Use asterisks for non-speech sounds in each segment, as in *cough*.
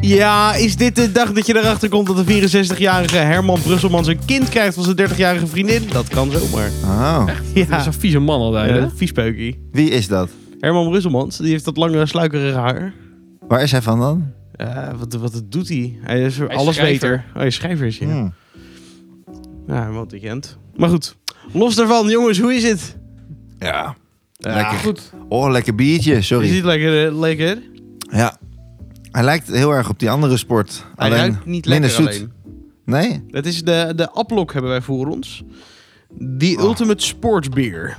Ja, is dit de dag dat je erachter komt dat de 64-jarige Herman Brusselman zijn kind krijgt van zijn 30-jarige vriendin? Dat kan zomaar. Oh, Ja, Dat is een vieze man altijd, hè? ja viespeukie. wie is dat? Herman Brusselmans, die heeft dat lange sluikerige haar. Waar is hij van dan? Eh, wat, wat doet hij? Hij is, is alles schrijver. beter. Oh, je schrijver is ja. Hmm. Ja, hij woont in Gent. Maar goed, los daarvan, jongens, hoe is het? Ja. Ja, lekker. goed. Oh, lekker biertje, Is sorry. het lekker? eh, lekker? Ja. Hij lijkt heel erg op die andere sport. Hij alleen ruikt niet minder lekker zoet. alleen. Nee? Dat is de, de Aplok hebben wij voor ons. Die Ah. Oh. Ultimate Sports Beer.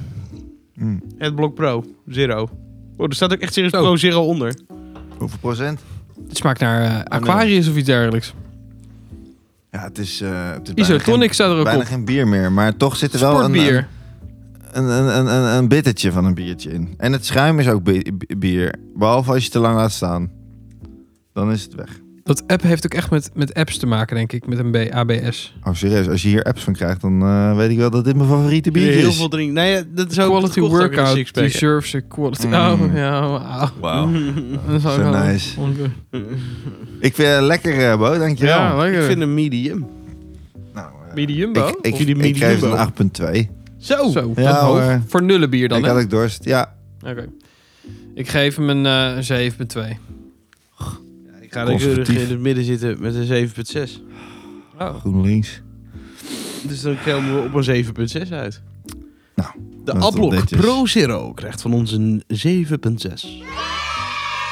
Hmm. Het Blok Pro, Zero. Oh, er staat ook echt serieus Mm. Oh. Pro Zero onder. Hoeveel procent? Het smaakt naar Oh, eh, Aquarius of iets dergelijks. Oh, Ja, het is, eh het is bijna Isotonic staat er geen, ook bijna op. geen bier meer. Maar toch zit er wel een, eh, een, Sportbier. een, een, een, een bittertje van een biertje in. En het schuim is ook bi- bi- bier. Behalve als je het te lang laat staan. Dan is het weg. Dat app heeft ook echt met, met apps te maken, denk ik. Met een B, ABS. Oh, serieus. Als je hier apps van krijgt, dan eh, weet ik wel dat dit mijn favoriete biertje Heel is. veel drinken. Nee, eh, dat is ook quality dat kocht ook in de workout sixpack. deserves a quality... Mm. Oh, ja, wauw. *laughs* Wauw. Dat is ook Zo wel- nice. Ik vind het lekker, eh, Bo. Dankjewel. Ja, Ik lekker. vind hem medium. Nou, eh, Medium, ik, ik, Of jullie ik geef medium, het een 8.2. Zo. Zo, Ja, dat Oh, hoog. hoor. Voor nullenbier dan, ik hè? had ook dorst. Ja, Oké. Ik geef hem een eh, 7,2. Ik ga er keurig Conservatief. in het midden zitten met een 7.6. Oh. GroenLinks. Dus dan komen we op een 7.6 uit. Nou, De dat is wel Ablok netjes. Pro Zero krijgt van ons een 7.6. 7.67.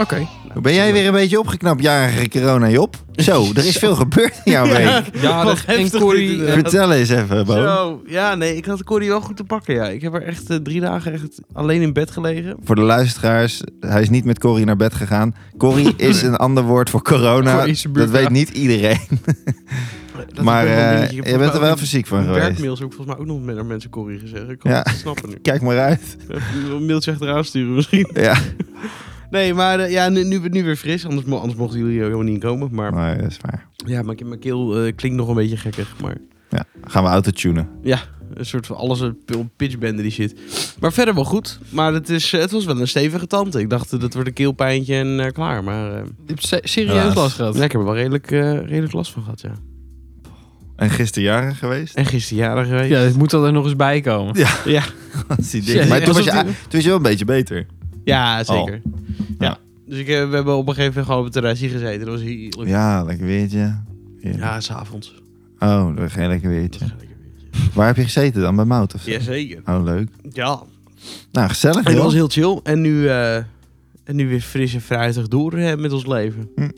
Oké. Ben jij weer een beetje opgeknapt, jarige corona, Job? *laughs* Zo, er is veel gebeurd in jouw week. *laughs* Ja, Wat de- en heftig Corrie- dit, inderdaad. Vertel eens even, Bo. Zo, ja, nee, ik had Corrie wel goed te pakken. Ja. Ik heb er echt eh, drie dagen echt alleen in bed gelegen. Voor de luisteraars, hij is niet met Corrie naar bed gegaan. Corrie is *laughs* een ander woord voor corona. Corrie is een Dat buurvrouw. weet niet iedereen. *laughs* Dat maar ik ben wel een eh beetje- je bent er wel fysiek van Een geweest. werkmail zou ik volgens mij ook nog met naar mensen Corrie gezegd. Ik kan Ja. het niet snappen nu. Kijk maar uit. Even Een mailtje achteraan sturen misschien. *laughs* Ja, Nee, maar eh, ja, nu, nu, nu weer fris. Anders, mo- anders mochten jullie helemaal niet komen. Maar maar dat is waar. ja, mijn, mijn keel eh, klinkt nog een beetje gekker. Maar Ja, gaan we autotunen. Een soort van alles een p- pitchbende die shit. Maar verder wel goed. Maar het, is, eh, het was wel een stevige tante. Ik dacht, eh, dat wordt een keelpijntje en eh, klaar. Maar eh Je hebt se- serieus Helaas. last gehad. ja, ik heb er wel redelijk, eh, redelijk last van gehad, ja. En gisteren jaren geweest? *laughs* En gisteren jaren geweest. Ja, het moet dat er nog eens bij komen. Als die Ja, ding. Maar ja, toen was, je, alsof toen was je wel een beetje beter. Ja, zeker. Ja. Oh. Ja. Dus ik, eh, we hebben op een gegeven moment gewoon op het terrasje gezeten. Dat was heerlijk. Ja, lekker weertje. Ja. Ja, s'avonds. Oh, dat is geen lekker Dat weertje. is lekker weer. Waar heb je gezeten dan? Bij Mout of zo? Jazeker. Oh, leuk. Ja. Nou, gezellig. En dat joh. was heel chill. En nu, eh, en nu weer fris en fruitig door eh, met ons leven. Hm.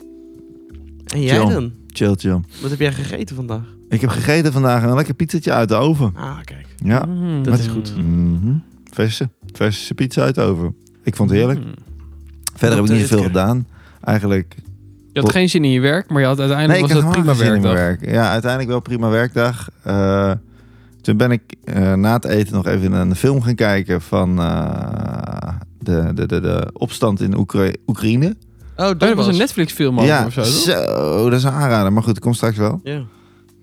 En jij Chill. dan? Chill, chill. Wat heb jij gegeten vandaag? Ik heb gegeten vandaag een lekker pizzetje uit de oven. Ah, kijk. Ja. Mm. Dat is goed. Mhm. Verse. Verse pizza uit de oven. Ik vond het heerlijk. Mm. Verder heb ik niet is veel lekker. gedaan. Eigenlijk. Je had geen zin in je werk, maar je had uiteindelijk Nee, ik was had dat prima helemaal geen zin in werkdag. mijn werk. Ja, uiteindelijk wel prima werkdag. Eh, toen ben ik eh, na het eten nog even een film gaan kijken van eh, de, de, de, de opstand in Oekra- Oekraïne. Oh, Oh, dat was een Netflix film ja, of zo. toch? zo, dat is een aanrader. Maar goed, dat komt straks wel. Ja.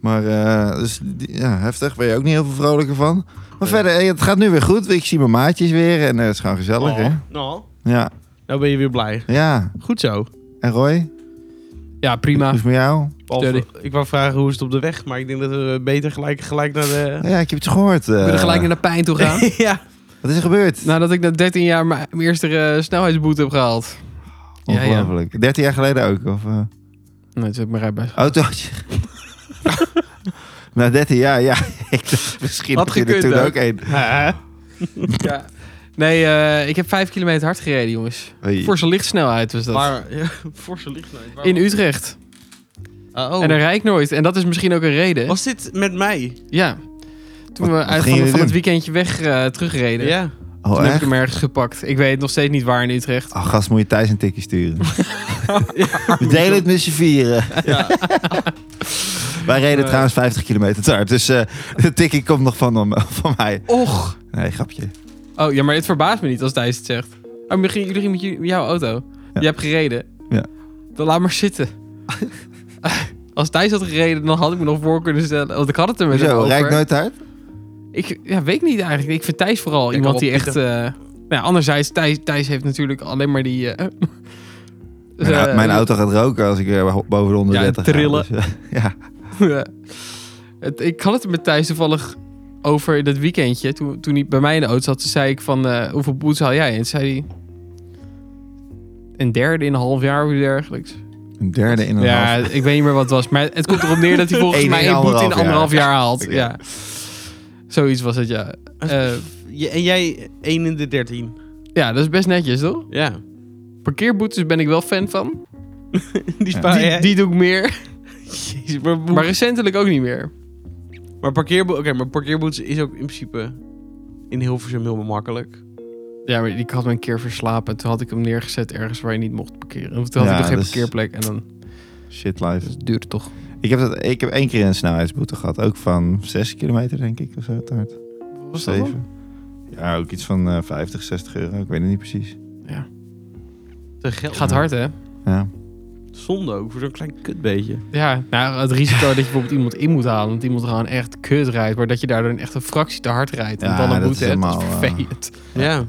Maar eh, dus, die- ja, heftig. Ben je ook niet heel veel vrolijker van. Maar Nee. verder, eh, het gaat nu weer goed. Ik zie mijn maatjes weer en eh, het is gewoon Oh. gezellig, hè? Nou, Ja, nou ben je weer blij. ja. Goed zo. En Roy, Ja, hoe prima. is het met jou? Behalve, eh, ik wou vragen hoe is het op de weg, maar ik denk dat we beter gelijk, gelijk naar *laughs* de... Ja, ik heb het gehoord. eh, We willen gelijk naar de pijn toe *laughs* gaan. ja. Wat is er gebeurd? Nadat ik na 13 jaar mijn mijn eerste eh, snelheidsboete heb gehaald. ja, ja. Ongelooflijk. 13 jaar geleden ook? Of, eh Nee, dat heb ik *laughs* mijn rijbewijs. *laughs* autootje? Na 13 jaar, ja. *laughs* Ik dacht, Misschien Had had je er gekund toen ook. ook één. Ja. Nee, eh, ik heb 5 kilometer hard gereden, jongens. Oei. Voor zijn lichtsnelheid was dat. Maar, ja, *laughs* forse lichtheid. In Utrecht. Ah, oh. En daar rijd ik nooit. En dat is misschien ook een reden. Was dit met mij? Ja. wat Toen we uit gingen van, jullie van het doen? weekendje weg eh, terugreden. Ja. Toen Oh, heb ik echt? hem ergens gepakt. Ik weet nog steeds niet waar in Utrecht. Oh, gast, moet je thuis een tikje *laughs* sturen. We delen het met z'n vieren. *laughs* Wij reden Eh. trouwens 50 kilometer te hard. Dus eh, *laughs* de tikkie komt nog van, hem- *laughs* van mij. Och. Nee, grapje. Oh, ja, maar het verbaast me niet als Thijs het zegt. Oh, misschien jullie gingen met ju- met jouw auto. Ja. Je hebt gereden. Ja. Dan laat maar *laughs* zitten. als Thijs had gereden, dan had ik me nog voor kunnen stellen. Want ik had het er met hem Zo, over. rijd ik nooit te hard? Ik ja, weet ik niet eigenlijk. Ik vind Thijs vooral Ik iemand kan die wel echt... eh, nou ja, anderzijds, Thijs, Thijs heeft natuurlijk alleen maar die... eh, Mijn, Eh, mijn auto gaat roken als ik weer ho- boven de 130 Ja, en ga, trillen. dus, *laughs* ja. Ja. Het, ik had het met Thijs toevallig over in dat weekendje. Toen, toen hij bij mij in de auto zat, toen zei ik van... eh, hoeveel boetes haal jij? En toen zei hij... Een derde in een half jaar of iets dergelijks. Een derde in een ja, half. ik weet niet meer wat het was. Maar het komt erop neer *laughs* dat hij volgens Eén in mij een boete in anderhalf jaar. anderhalf jaar haalt. Ja. Ja. Zoiets was het, ja. Eh, Je- en jij 1 in de 13. ja, dat is best netjes, toch? Ja. Parkeerboetes ben ik wel fan van. *laughs* Die Ja. spaar Die, jij. die doe ik meer. Jezus, maar, hoe- Maar recentelijk ook niet meer. maar, parkeerbo- oké, maar parkeerboetes is ook in principe in Hilversum heel makkelijk. Ja, maar ik had me een keer verslapen. Toen had ik hem neergezet ergens waar je niet mocht parkeren. Of toen had Ja, dus- ik nog geen dat is- parkeerplek. En dan Shit life. dat duurde het toch. Ik heb, dat, ik heb één keer een snelheidsboete gehad. Ook van 6 kilometer, denk ik, of zo. te hard. Was dat dan? 7. Ja, ook iets van eh 50, 60 euro. Ik weet het niet precies. Te geld. Gaat hard, hè? Ja. Zonde ook voor zo'n klein kutbeetje. Ja, nou, het risico dat je bijvoorbeeld iemand in moet halen. Dat iemand gewoon echt kut rijdt. Maar dat je daardoor een echte fractie te hard rijdt. En Ja, dan een dat boete is hebt. Dat is helemaal, eh, vervelend. Ja.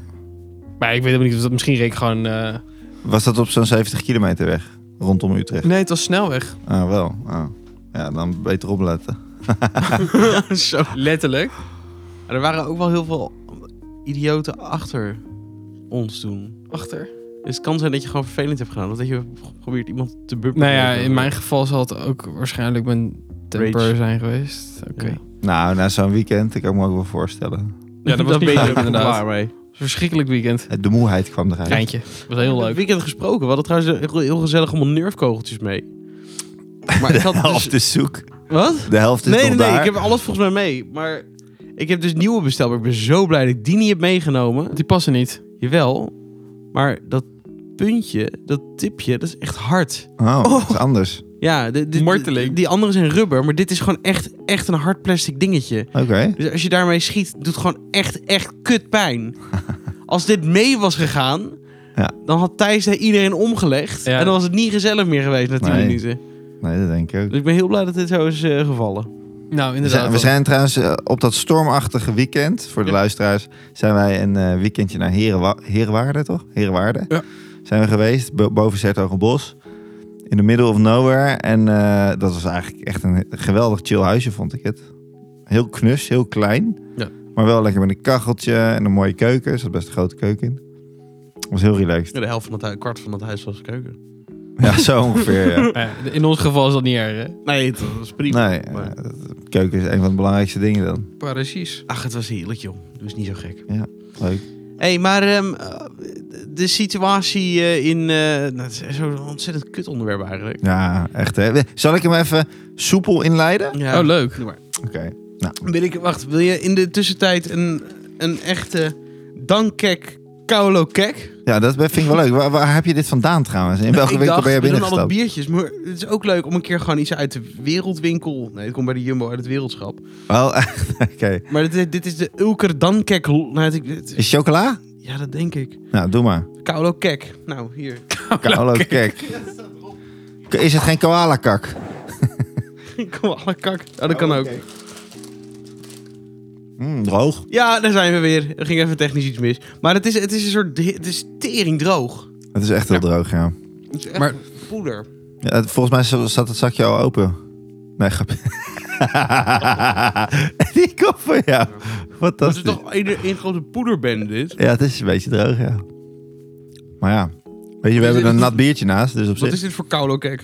Maar ik weet helemaal niet of dat misschien reek gewoon... eh, Was dat op zo'n 70 kilometer weg? Rondom Utrecht? Nee, het was snelweg. Ah, wel. Ah. Ja, dan beter opletten. *laughs* Zo. Letterlijk. Maar er waren ook wel heel veel idioten achter ons toen. Achter. Dus het kan zijn dat je gewoon vervelend hebt gedaan. Of dat je probeert iemand te buppen. Nou ja, in mijn geval zal het ook waarschijnlijk mijn temper Rage. zijn geweest. Oké. Ja. Nou, na zo'n weekend, ik kan ik me ook wel voorstellen. Ja, dat was *laughs* Dan niet ben je leuk, er ook inderdaad. klaar mee. Verschrikkelijk weekend. De moeheid kwam eruit. Treintje. Was heel leuk. Weekend gesproken. We hadden trouwens heel- heel gezellig allemaal nerfkogeltjes *laughs* mee. Maar ik *laughs* De had dus- helft is zoek. Wat? De helft is Nee, nee, nog nee. daar. Ik heb alles volgens mij mee. Maar ik heb dus nieuwe besteld. Maar ik ben zo blij dat ik die niet heb meegenomen. Die passen niet. Jawel. Maar dat puntje, dat tipje, dat is echt hard. Oh, Oh. dat is anders. Ja, de, de- Marteling. die andere zijn rubber. Maar dit is gewoon echt, echt een hard plastic dingetje. Oké. Dus als je daarmee schiet, doet het gewoon echt, echt kut *laughs* pijn. Als dit mee was gegaan, Ja. dan had Thijs daar iedereen omgelegd. Ja. En dan was het niet gezellig meer geweest na 10 Nee. minuten. Nee, dat denk ik ook. Dus ik ben heel blij dat dit zo is eh, gevallen. Nou, We zijn, inderdaad. we zijn trouwens eh, op dat stormachtige weekend, voor de Ja. luisteraars, zijn wij een eh, weekendje naar Herenwa Herenwaarde, toch? Herenwaarde. Ja. Zijn we geweest, bo- boven Zertogenbos, in the middle of nowhere. En eh, dat was eigenlijk echt een geweldig chill huisje, vond ik het. Heel knus, heel klein, Ja. maar wel lekker met een kacheltje en een mooie keuken. Er zat best een grote keuken in. Was heel relaxed. De helft van het huis, kwart van het huis was keuken. Ja, zo ongeveer, *laughs* ja. Eh, In ons geval is dat niet erg, hè? Nee, dat was prima. Nee, eh, Maar- keuken is een van de belangrijkste dingen dan. Precies. Ach, het was heerlijk, joh. Dat is niet zo gek. Leuk. Hé, hey, maar ehm, eh, de situatie eh, in... eh, nou, het is zo'n ontzettend kut onderwerp eigenlijk. Ja, echt hè. Zal ik hem even soepel inleiden? Ja. Oh, leuk. Doe maar. Oké. Nou, Wil ik, wacht, wil je in de tussentijd een, een echte dankek kaulo kek? Ja, dat vind ik wel leuk. Waar, waar heb je dit vandaan trouwens? In welke Ik winkel dacht, ben je we doen allemaal binnengestapt? biertjes, maar het is ook leuk om een keer gewoon iets uit de wereldwinkel... Nee, het komt bij de Jumbo uit het wereldschap. Oh, echt? *laughs* Oké. Maar dit, dit is de Ulker dankek... l- Nou, het- het- Is chocola? ja, dat denk ik. Nou, doe maar. Kaulo kek. Nou, hier. *laughs* Hallo, kijk. Is het geen koala-kak? Kom, alle kak. Oh, dat kan ook. Mm, droog. Ja, daar zijn we weer. Er ging even technisch iets mis. Maar het is, het is een soort... Het is tering droog. Het is echt heel droog, ja. Het is echt Maar- poeder. ja. het- Volgens mij zat- zat het zakje al open. Nee, grapje. *laughs* Die kop van jou. Dat is Fantastisch. toch één één grote poederbende, dit? Ja, het is een beetje droog, ja. Maar ja. Weet je, we Is hebben het- een nat biertje naast, dus op Wat zich. is dit voor kaulo kek?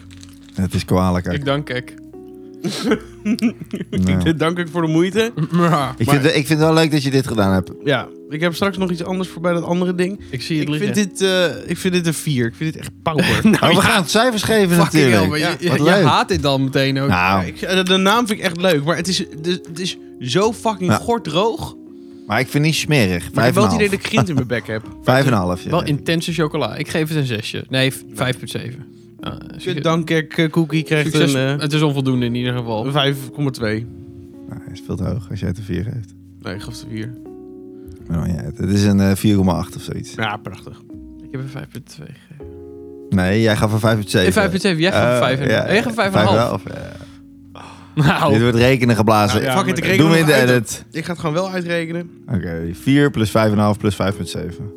Het is koala-kak. Ik dank ik. Ja. Dit *laughs* dank ik voor de moeite. Ja, Ik vind, het- ik vind het wel leuk dat je dit gedaan hebt. Ja, ik heb straks nog iets anders voor bij dat andere ding. ik zie het Ik liggen. vind, dit, eh, ik vind dit een 4. Ik vind dit echt pauper. Maar we gaan het cijfers geven Fucking hell, natuurlijk. maar je, Wat je leuk. haat dit dan meteen ook. Ja, Nou, ik- eh, de, de naam vind ik echt leuk, maar het is, de- het is zo fucking Nou, gordroog. maar ik vind het niet smerig. Maar ik heb Vijf en wel een het idee half. dat ik grind in mijn bek heb. Vijf en een half, ja. Wel intense chocola. Ik geef het een zesje. Nee, v- 5,7. Ah, Dit succes- dankerk eh, cookie krijgt succes. een Het is onvoldoende in ieder geval. eh, 5,2. Nou, hij is veel te hoog als jij het een vier geeft. Nee, ik gaf de 4. Maar dan, ja, het het is een eh, 4,8 of zoiets. Ja, prachtig. Ik heb een 5,2 gegeven. Nee, jij gaf een 5,7. Eh, 5,7. Jij gaat Eh, een 5,5. ja, Jij gaat een 5,5. 5,5, ja. Dit Nou, wordt rekenen geblazen. Nou, ja, Fuck it, maar- ik Doe reken Doen we hem in de uit. edit. Ik ga het gewoon wel uitrekenen. Oké, 4 plus 5,5 plus 5,7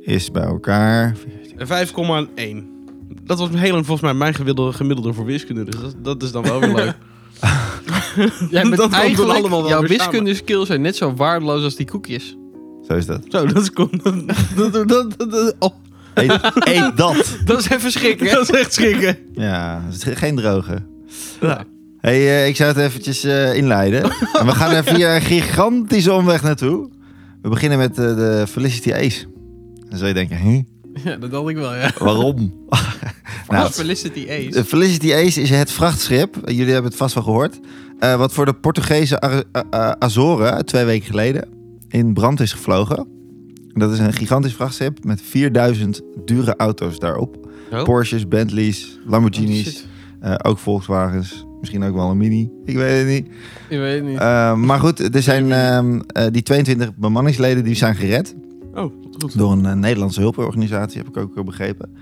is bij elkaar. 5,1. dat was heel lang volgens mij mijn gemiddelde, gemiddelde voor wiskunde. Dus dat, dat is dan wel weer leuk. Jij bent Dat komt eigenlijk, allemaal wel jouw weer samen. wiskunde skills zijn net zo waardeloos als die koekjes. *laughs* Zo is dat. Zo, dat is cool. *laughs* Dat, dat, dat, dat- oh, Eet, *laughs* eet dat. Dat is even schrikken. hè? *laughs* dat is echt schrikken. Ja, het is ge- geen droge. Hey, eh, ik zou het eventjes eh, inleiden. en we gaan er via een gigantische omweg naartoe. We beginnen met eh, de Felicity Ace. Dan zou je denken, huh? Ja, dat dacht ik wel, ja. waarom? Nou, nou, Felicity Ace. de Felicity Ace is het vrachtschip. eh, Jullie hebben het vast wel gehoord. eh, wat voor de Portugese Ar- eh, eh, Azoren twee weken geleden in brand is gevlogen. Dat is een gigantisch vrachtschip met 4000 dure auto's daarop. Oh. Porsches, Bentleys, Lamborghinis, Oh, Shit. eh, ook Volkswagens. Misschien ook wel een Mini. Ik weet het niet. Ik weet het niet. Eh, maar goed, er zijn ehm, eh, die 22 bemanningsleden die zijn gered Oh, wat goed. door een eh, Nederlandse hulporganisatie, heb ik ook eh, begrepen.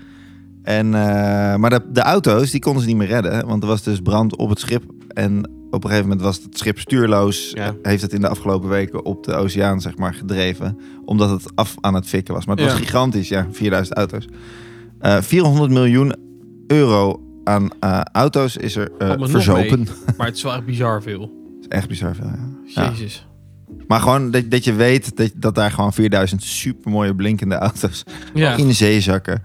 En, eh, maar de, de auto's die konden ze niet meer redden, want er was dus brand op het schip. En op een gegeven moment was het schip stuurloos. Ja. Heeft het in de afgelopen weken op de oceaan zeg maar, gedreven, omdat het af aan het fikken was. Maar het was Ja. gigantisch, ja, 4000 auto's. Eh 400 miljoen euro aan eh, auto's is er eh, Allemaal nog verzopen. mee. Maar het is wel echt bizar veel. is echt bizar veel, ja. Ja. Jezus. Maar gewoon dat, dat je weet dat, dat daar gewoon 4000 supermooie blinkende auto's Ja. in de zee zakken.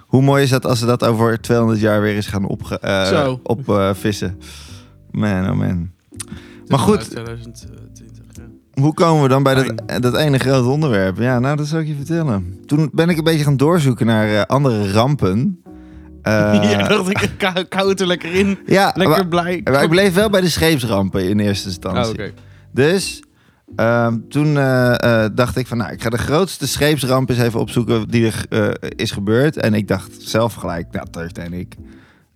Hoe mooi is dat als ze dat over 200 jaar weer eens gaan opge- eh, Zo. opvissen? man, oh man. Maar goed, eh, 2020, ja. hoe komen we dan bij dat, eh, dat ene grote onderwerp? Ja, nou, dat zal ik je vertellen. Toen ben ik een beetje gaan doorzoeken naar eh, andere *laughs* rampen. Eh, *laughs* ja, dacht ik, kou- kou het er lekker in. ja, Lekker maar- blij. maar ik bleef wel bij de scheepsrampen in eerste instantie. Oh, oké. Dus ehm, toen eh, eh, dacht ik van, nou, ik ga de grootste scheepsramp eens even opzoeken die er eh, is gebeurd. En ik dacht zelf gelijk, nou, Titanic.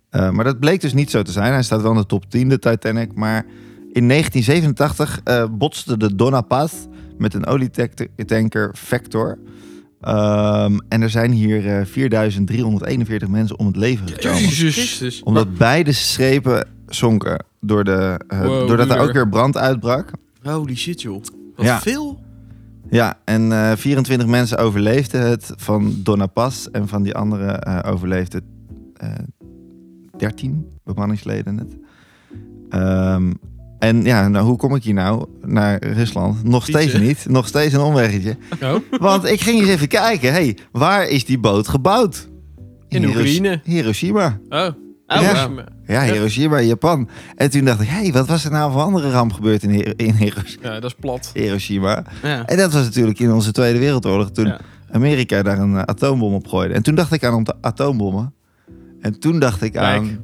Eh maar dat bleek dus niet zo te zijn. Hij staat wel in de top 10, de Titanic. Maar in 1987 eh, botste de Donna Paz met een olietanker Vector. Ehm, en er zijn hier eh, 4.341 mensen om het leven gekomen Jezus. omdat beide schepen zonken. Door de, eh, Wow, doordat er moeder. ook weer brand uitbrak. Holy shit, joh. Wat Ja. veel. Ja, en eh, 24 mensen overleefden het van Donna Pas. En van die andere eh overleefden eh 13 bemanningsleden het. Ehm, en ja, nou, hoe kom ik hier nou naar Rusland? Nog steeds Fietsen. niet. Nog steeds een omweggetje. Oh, Want ik ging eens even kijken. hey, waar is die boot gebouwd? In Hirosh- Oekraïne. Hiroshima. oh. Oh, Ja. ja. Ja, Hiroshima, Japan. En toen dacht ik, hé, hey, wat was er nou voor andere ramp gebeurd in, Hir- in Hirosh- Ja, dat is plat. Hiroshima? Ja. En dat was natuurlijk in onze Tweede Wereldoorlog, toen Ja. Amerika daar een eh, atoombom op gooide. En toen dacht ik aan ont- atoombommen. En toen dacht ik Kijk. aan...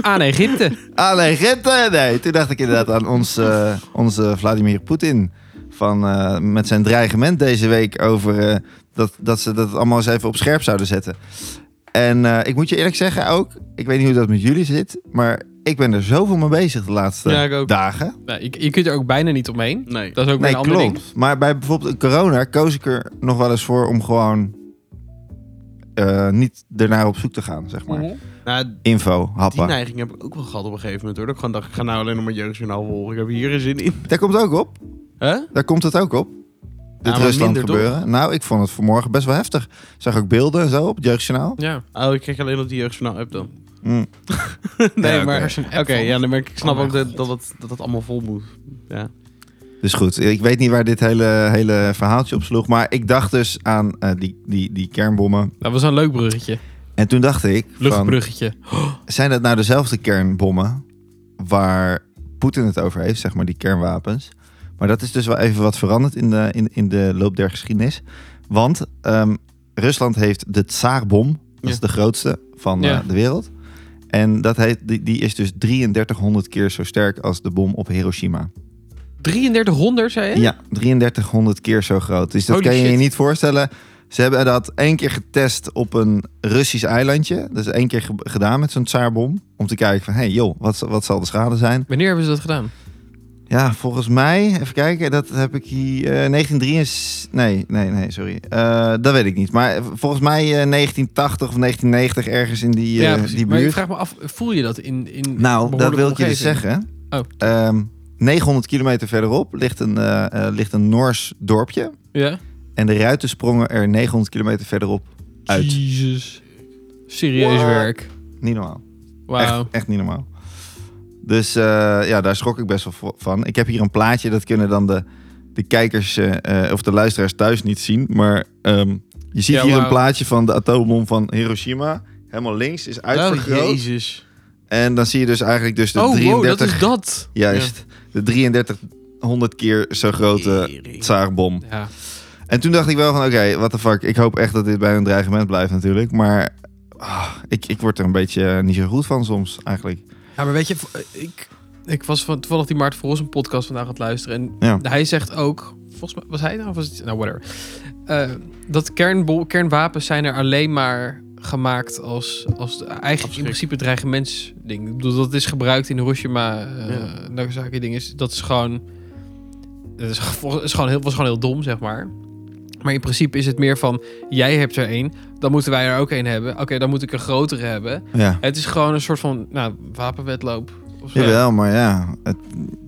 Aan Egypte. Aan Egypte! Nee, toen dacht ik inderdaad aan ons, eh, onze Vladimir Poetin. Van, eh, met zijn dreigement deze week over eh, dat, dat ze dat allemaal eens even op scherp zouden zetten. En eh, ik moet je eerlijk zeggen ook, ik weet niet hoe dat met jullie zit, maar ik ben er zoveel mee bezig de laatste Ja, ik ook. dagen. Nou, je, je kunt er ook bijna niet omheen. Nee. Dat is ook weer Nee, een ander klopt. ding. Maar bij bijvoorbeeld corona koos ik er nog wel eens voor om gewoon eh, niet ernaar op zoek te gaan, zeg maar. Mhm. Nou, Info, die happen. neiging heb ik ook wel gehad op een gegeven moment. Hoor. Dat ik gewoon dacht, ik ga nou alleen nog maar jeugdjournaal volgen. Ik heb hier geen zin in. Daar komt het ook op. Huh? Daar komt het ook op. Dit maar Rusland minder, gebeuren. Nou, ik vond het vanmorgen best wel heftig. Ik Zag ook beelden en zo op het jeugdjournaal. Ja. Oh, ik krijg alleen op die jeugdjournaal-app *laughs* dan. Hm. nee, Ja, oké. maar... een Oké, ja, nee, maar ik snap Oh mijn ook dat dat, het- dat dat allemaal vol moet. Ja. Dus goed, ik weet niet waar dit hele, hele verhaaltje op sloeg. Maar ik dacht dus aan eh, die, die, die kernbommen. Dat was een leuk bruggetje. En toen dacht ik, van, Luchtbruggetje. zijn dat nou dezelfde kernbommen waar Poetin het over heeft, zeg maar, die kernwapens? Maar dat is dus wel even wat veranderd in de, in, in de loop der geschiedenis. Want ehm, Rusland heeft de Tsaarbom, dat is Ja. de grootste van Ja. eh, de wereld. En dat heet, die, die is dus 3300 keer zo sterk als de bom op Hiroshima. 3300, zei je? Ja, 3300 keer zo groot. Dus dat Holy kan je je shit. niet voorstellen. Ze hebben dat één keer getest op een Russisch eilandje. Dat is één keer ge- gedaan met zo'n tsaarbom. Om te kijken van, hé hey, joh, wat, zal- wat zal de schade zijn? Wanneer hebben ze dat gedaan? Ja, volgens mij, even kijken, dat heb ik hier... eh 1963... Nee, nee, nee, sorry. Eh, dat weet ik niet. Maar eh, volgens mij eh, 1980 of 1990 ergens in die, eh, precies. die Maar ik buurt. vraag me af, voel je dat in, in Nou, dat behoorlijke wil ik je dus omgeving? zeggen. Oh. Ehm, 900 kilometer verderop ligt een, eh, eh, ligt een Noors dorpje. Ja. En de ruiten sprongen er 900 kilometer verderop uit. Jezus. Serieus What? werk. Niet normaal. Wauw. Echt, echt niet normaal. Dus eh, ja, daar schrok ik best wel vo- van. Ik heb hier een plaatje, dat kunnen dan de, de kijkers eh, eh, of de luisteraars thuis niet zien. Maar ehm, je ziet Ja, hier een wauw. plaatje van de atoombom van Hiroshima. Helemaal links is uitvergroot. Oh, jezus. en dan zie je dus eigenlijk dus de Oh, wow, dat 33... is dat. juist, de 3300 keer zo grote Tering. tsaagbom. Ja. En toen dacht ik wel van, oké, what the fuck. Ik hoop echt dat dit bij een dreigement blijft natuurlijk. Maar ah, ik, ik word er een beetje eh, niet zo goed van soms eigenlijk. Ja, maar weet je, v- ik, ik was van, toevallig die Maarten Verhulst een podcast vandaag aan het luisteren. En Ja. hij zegt ook, volgens mij, was hij nou? Of was het, nou, whatever. Eh, dat kernbol, kernwapens zijn er alleen maar gemaakt als, als de- eigenlijk in Afschrik. principe dreigementsding. Ik bedoel, dat is gebruikt in Hiroshima, eh Ja. Nagasaki ding. Is, dat is gewoon, dat is, vol- is gewoon heel, was gewoon heel dom, zeg maar. Maar in principe is het meer van, jij hebt er één, dan moeten wij er ook één hebben. Oké, dan moet ik een grotere hebben. Ja, Het is gewoon een soort van nou, wapenwetloop. Of zo. jawel, maar ja. Het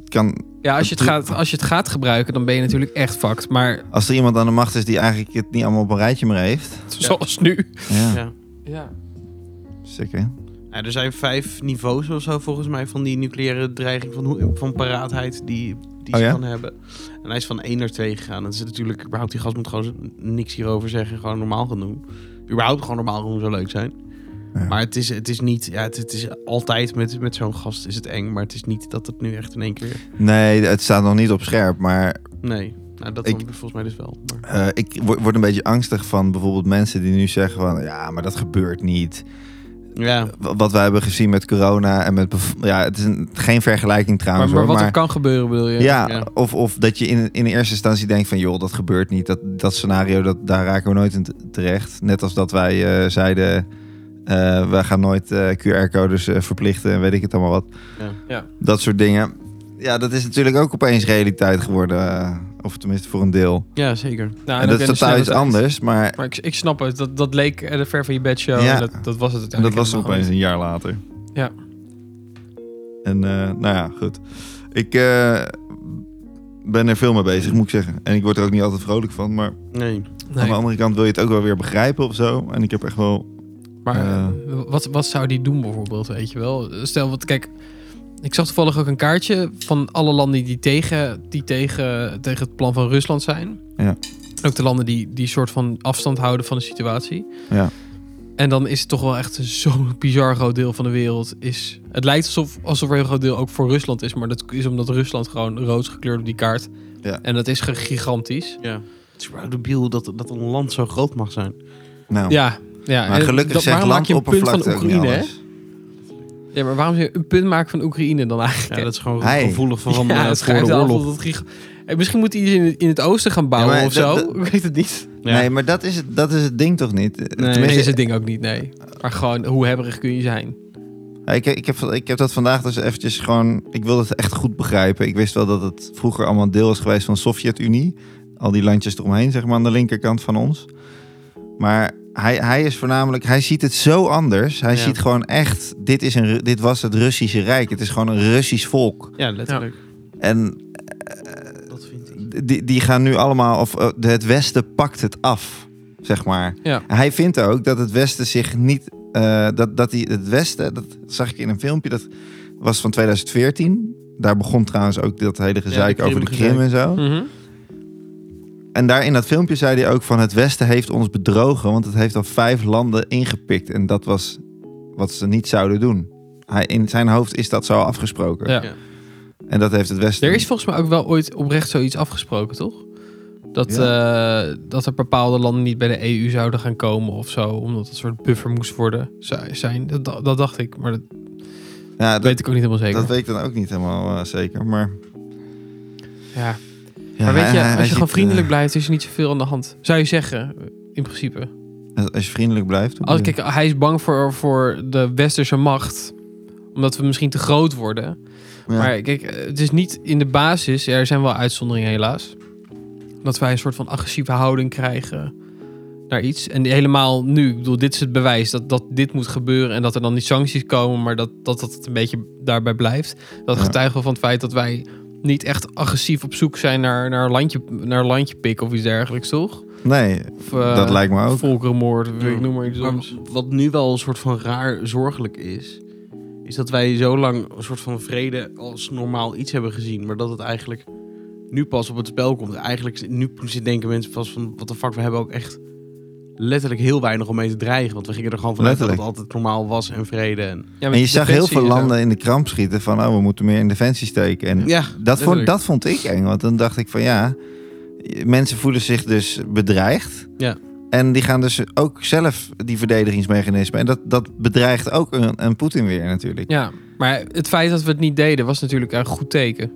kan, Ja, als je, het gaat, als je het gaat gebruiken, dan ben je natuurlijk echt fucked. Maar als er iemand aan de macht is die eigenlijk het niet allemaal op een rijtje meer heeft. zoals nu. Ja, Ja. Nou, Ja. zeker. Ja, er zijn vijf niveaus of zo volgens mij van die nucleaire dreiging van, hoe- van paraatheid die, die Oh ze ja? kan hebben. En hij is van 1 naar 2 gegaan. Dat is natuurlijk, überhaupt die gast moet gewoon z- niks hierover zeggen. Gewoon normaal gaan doen. Überhaupt gewoon normaal gaan doen zou leuk zijn. Ja. Maar het is, het is niet, ja, het, het is altijd met, met zo'n gast is het eng. Maar het is niet dat het nu echt in één keer, Nee, het staat nog niet op scherp. Maar nee. Nou, dat Ik- dan volgens mij dus wel. Maar, eh, ik word word een beetje angstig van bijvoorbeeld mensen die nu zeggen van... Ja, maar dat gebeurt niet. ja, Wa- Wat wij hebben gezien met corona en met... bev- Ja, het is een, geen vergelijking Maar, trouwens maar hoor, wat er kan gebeuren, bedoel je? Nou, Ja, ja. Of, of dat je in, in eerste instantie denkt van... joh, dat gebeurt niet. Dat, dat scenario, dat, daar raken we nooit in t- terecht. Net als dat wij eh, zeiden... eh we gaan nooit eh, QR-codes eh, verplichten en weet ik het allemaal wat. Ja. Ja. Dat soort dingen. Ja, dat is natuurlijk ook opeens realiteit geworden. eh, of tenminste voor een deel. ja, zeker. Nou, en ook dat in is de totaal iets snelheid. anders. Maar Maar ik, ik snap het. Dat, dat leek eh, ver van je bedshow. Ja. en Dat, dat was het En dat uiteindelijk. was helemaal opeens een jaar later. Ja. En eh, nou ja, goed. Ik eh, ben er veel mee bezig, moet ik zeggen. En ik word er ook niet altijd vrolijk van. Maar Nee. niet. aan de Nee. andere kant wil je het ook wel weer begrijpen of zo. En ik heb echt wel... Maar eh, eh, wat, wat zou die doen bijvoorbeeld, weet je wel? Stel, wat, kijk, ik zag toevallig ook een kaartje van alle landen die tegen, die tegen, tegen het plan van Rusland zijn. Ja. Ook de landen die, die soort van afstand houden van de situatie. Ja. En dan is het toch wel echt zo'n bizar groot deel van de wereld. Is, het lijkt alsof, alsof er een groot deel ook voor Rusland is. Maar dat is omdat Rusland gewoon rood is gekleurd op die kaart. Ja. En dat is ge- gigantisch. Ja. Het is überhaupt debiel dat, dat een land zo groot mag zijn. Nou, Ja, ja. maar en gelukkig dat- zegt waarom maak je een punt van landoppervlakte ook niet Oekraïne, hè? alles. Ja, maar waarom zou je een punt maken van Oekraïne dan eigenlijk? *laughs* *laughs* Ja, dat is gewoon Hey. gevoelig *laughs* van Ja, eh, dat voor schrijft de af oorlog. dat het giga- Eh, Misschien moet iedereen in, het- in het oosten gaan bouwen maar of dat- zo. Ik weet het niet. Ja. Nee, maar dat is, het, dat is het ding toch niet? Eh, Nee, Tenminste, is het ding ook niet, nee. Maar gewoon, hoe hebberig kun je zijn? ik, ik, heb, ik heb dat vandaag dus eventjes gewoon... Ik wil het echt goed begrijpen. Ik wist wel dat het vroeger allemaal een deel was geweest van de Sovjet-Unie. Al die landjes eromheen, zeg maar, aan de linkerkant van ons. Maar hij, hij is voornamelijk... Hij ziet het zo anders. Hij Ja. ziet gewoon echt... Dit, is een, Ru- dit was het Russische Rijk. Het is gewoon een Russisch volk. Ja, letterlijk. En Dat vind ik. die, die gaan nu allemaal... Of, eh, het Westen pakt het af, zeg maar. Ja. Hij vindt ook dat het Westen zich niet. eh, dat, dat hij het Westen, dat zag ik in een filmpje, dat was van 2014. Daar begon trouwens ook dat hele gezeik Krim over de gezeik. Krim en zo. En daar in dat filmpje zei hij ook van het Westen heeft ons bedrogen, want het heeft al vijf landen ingepikt. En dat was wat ze niet zouden doen. Hij, in zijn hoofd is dat zo afgesproken. Ja. Ja. En dat heeft het Westen. Er is volgens mij ook wel ooit oprecht zoiets afgesproken, toch? Dat, eh, dat er bepaalde landen niet bij de EU zouden gaan komen of zo. Omdat het een soort buffer moest worden zou- zijn. Dat, dat, dat dacht ik, maar dat, ja, dat, weet ik ook niet helemaal zeker. dat weet ik dan ook niet helemaal eh, zeker. Maar, ja. ja, maar weet hij- je, hij- hij als je ziet, gewoon vriendelijk eh, blijft, is er niet zoveel aan de hand. Zou je zeggen, in principe. eh, als- als je vriendelijk blijft. Als, Oh, kijk, hij is bang voor, voor de westerse macht. Omdat we misschien te groot worden. Ja. Maar kijk, eh, het is niet in de basis. ja, Er zijn wel uitzonderingen helaas. Dat wij een soort van agressieve houding krijgen naar iets. En helemaal nu. Ik bedoel, dit is het bewijs dat, dat dit moet gebeuren. En dat er dan die sancties komen. Maar dat dat, dat het een beetje daarbij blijft. Dat Ja. getuigen we van het feit dat wij niet echt agressief op zoek zijn naar, naar, landje, naar landje pikken of iets dergelijks, toch? Nee, Of, eh, dat lijkt me ook. Volkerenmoord, weet ik, noem maar iets. Maar anders. wat nu wel een soort van raar zorgelijk is, is dat wij zo lang een soort van vrede als normaal iets hebben gezien, maar dat het eigenlijk nu pas op het spel komt. Eigenlijk nu precies denken mensen pas van wat de fuck, we hebben ook echt letterlijk heel weinig om mee te dreigen, want we gingen er gewoon vanuit dat het Letterlijk. altijd normaal was en vrede. En... Ja, En met je zag heel defensie veel en zo. landen in de kramp schieten van, oh, we moeten meer in defensie steken. En Ja, dat, vond, letterlijk. dat vond ik eng, want dan dacht ik van ja, mensen voelen zich dus bedreigd. Ja. En die gaan dus ook zelf die verdedigingsmechanismen. En dat, dat bedreigt ook een, een Poetin weer natuurlijk. Ja, maar het feit dat we het niet deden was natuurlijk een goed teken.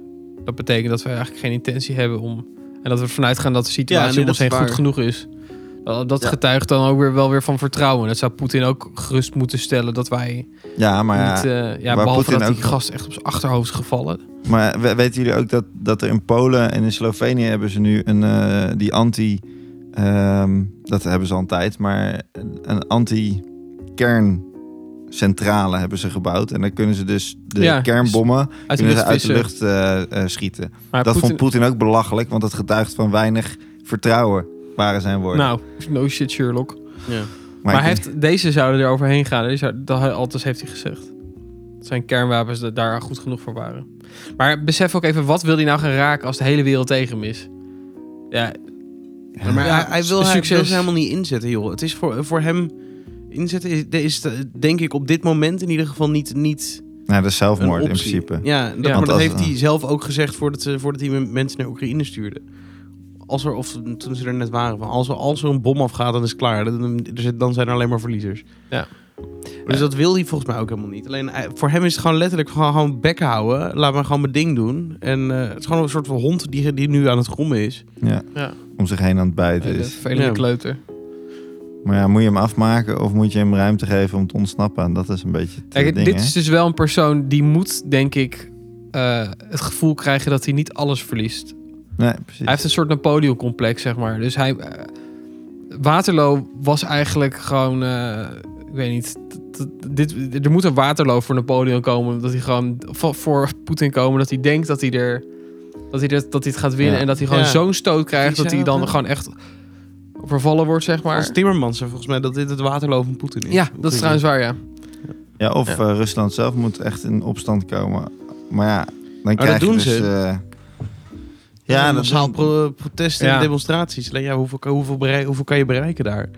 Dat betekent dat we eigenlijk geen intentie hebben om... En dat we ervan uitgaan dat de Ja, situatie nee, om ons dat is heen goed waar. genoeg is. Dat, dat Ja. getuigt dan ook weer wel weer van vertrouwen. Dat zou Poetin ook gerust moeten stellen dat wij Ja, maar, ja, niet... eh, ja, waar behalve Poetin dat die ook- gast echt op zijn achterhoofd is gevallen. maar we- weten jullie ook dat, dat er in Polen en in Slovenië hebben ze nu een, eh, die anti... ehm, dat hebben ze al een tijd, maar een- een anti-kerncentrale hebben ze gebouwd. En dan kunnen ze dus de Ja, dus kernbommen Uit de kunnen ze lucht uit de vissen. lucht eh, eh, schieten. Maar dat Poetin- vond Poetin ook belachelijk, want dat getuigt van weinig vertrouwen waren zijn woorden. Nou, no shit Sherlock. Ja. Maar, ik hij denk- heeft, deze zouden er overheen gaan. Die zou- dat, hij- althans heeft hij gezegd. Dat zijn kernwapens dat daar goed genoeg voor waren. Maar besef ook even, wat wil hij nou gaan raken als de hele wereld tegen hem is? Ja, Ja, maar Ja, hij, hij wil, s- hij succes. wil ze helemaal niet inzetten, joh. Het is voor, voor hem... Inzetten is, is eh, denk ik op dit moment in ieder geval niet, niet nou, dat is een zelfmoord in optie. principe. Ja, dat, maar Want dat als- heeft hij zelf ook gezegd voordat, ze, voordat hij men- mensen naar Oekraïne stuurde. Als er, of toen ze er net waren, van als, er, als er een bom afgaat, dan is het klaar. Dan, er zit- dan zijn er alleen maar verliezers. Ja. Dus dat wil hij volgens mij ook helemaal niet. Alleen hij- voor hem is het gewoon letterlijk gewoon, gewoon bek houden. Laat me gewoon mijn ding doen. En eh, het is gewoon een soort van hond die, die nu aan het grommen is. Ja, ja. om zich heen aan het bijten Een is. eh, vervelende Ja. kleuter. Maar ja, moet je hem afmaken of moet je hem ruimte geven om te ontsnappen? En dat is een beetje het eh, Kijk, ding, dit hè? is dus wel een persoon die moet, denk ik, eh, het gevoel krijgen dat hij niet alles verliest. Nee, precies. Hij heeft een soort Napoleon-complex, zeg maar. Dus hij. eh, Waterloo was eigenlijk gewoon. eh, ik weet niet. t- t- Dit, er moet een Waterloo voor Napoleon komen. Dat hij gewoon. Voor, voor Poetin komen. Dat hij denkt dat hij er. Dat hij, dat, dat hij het gaat winnen. Ja. En dat hij gewoon Ja. zo'n stoot krijgt. Die Dat zei hij ook, dan hè? gewoon echt. vervallen wordt, zeg Maar... Als maar. Timmermans zei volgens mij dat dit het waterloo van Poetin is. Ja, dat is trouwens waar, ja. Ja, of Ja. eh, Rusland zelf moet echt in opstand komen. Maar ja, dan krijg je doen dus... ze. eh, Ja, ja, dat massaal doen- pro- protesten Ja. en demonstraties. Alleen ja, hoeveel, hoeveel, berei- hoeveel kan je bereiken daar?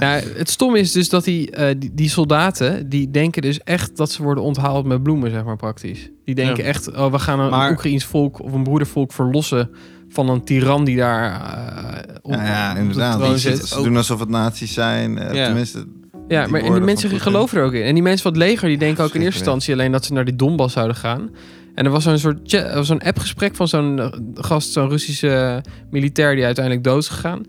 Nou, het stom is dus dat die, eh, die, die soldaten, die denken dus echt dat ze worden onthaald met bloemen, zeg maar praktisch. Die denken Ja. echt, oh, we gaan een Maar- Oekraïns volk of een broedervolk verlossen van een tiran die daar eh, op, ja, ja, op de troon inderdaad. zit. zit Ze ook- doen alsof het nazi's zijn. eh, Ja. Tenminste, Ja, die maar en die woorden mensen van Poetin. geloven er ook in. En die mensen van het leger, die denken ook in eerste verschrikkelijk. instantie alleen dat ze naar die Donbass zouden gaan. En er was zo'n soort chat- er was zo'n appgesprek van zo'n eh, gast, zo'n Russische eh, militair die uiteindelijk dood is gegaan.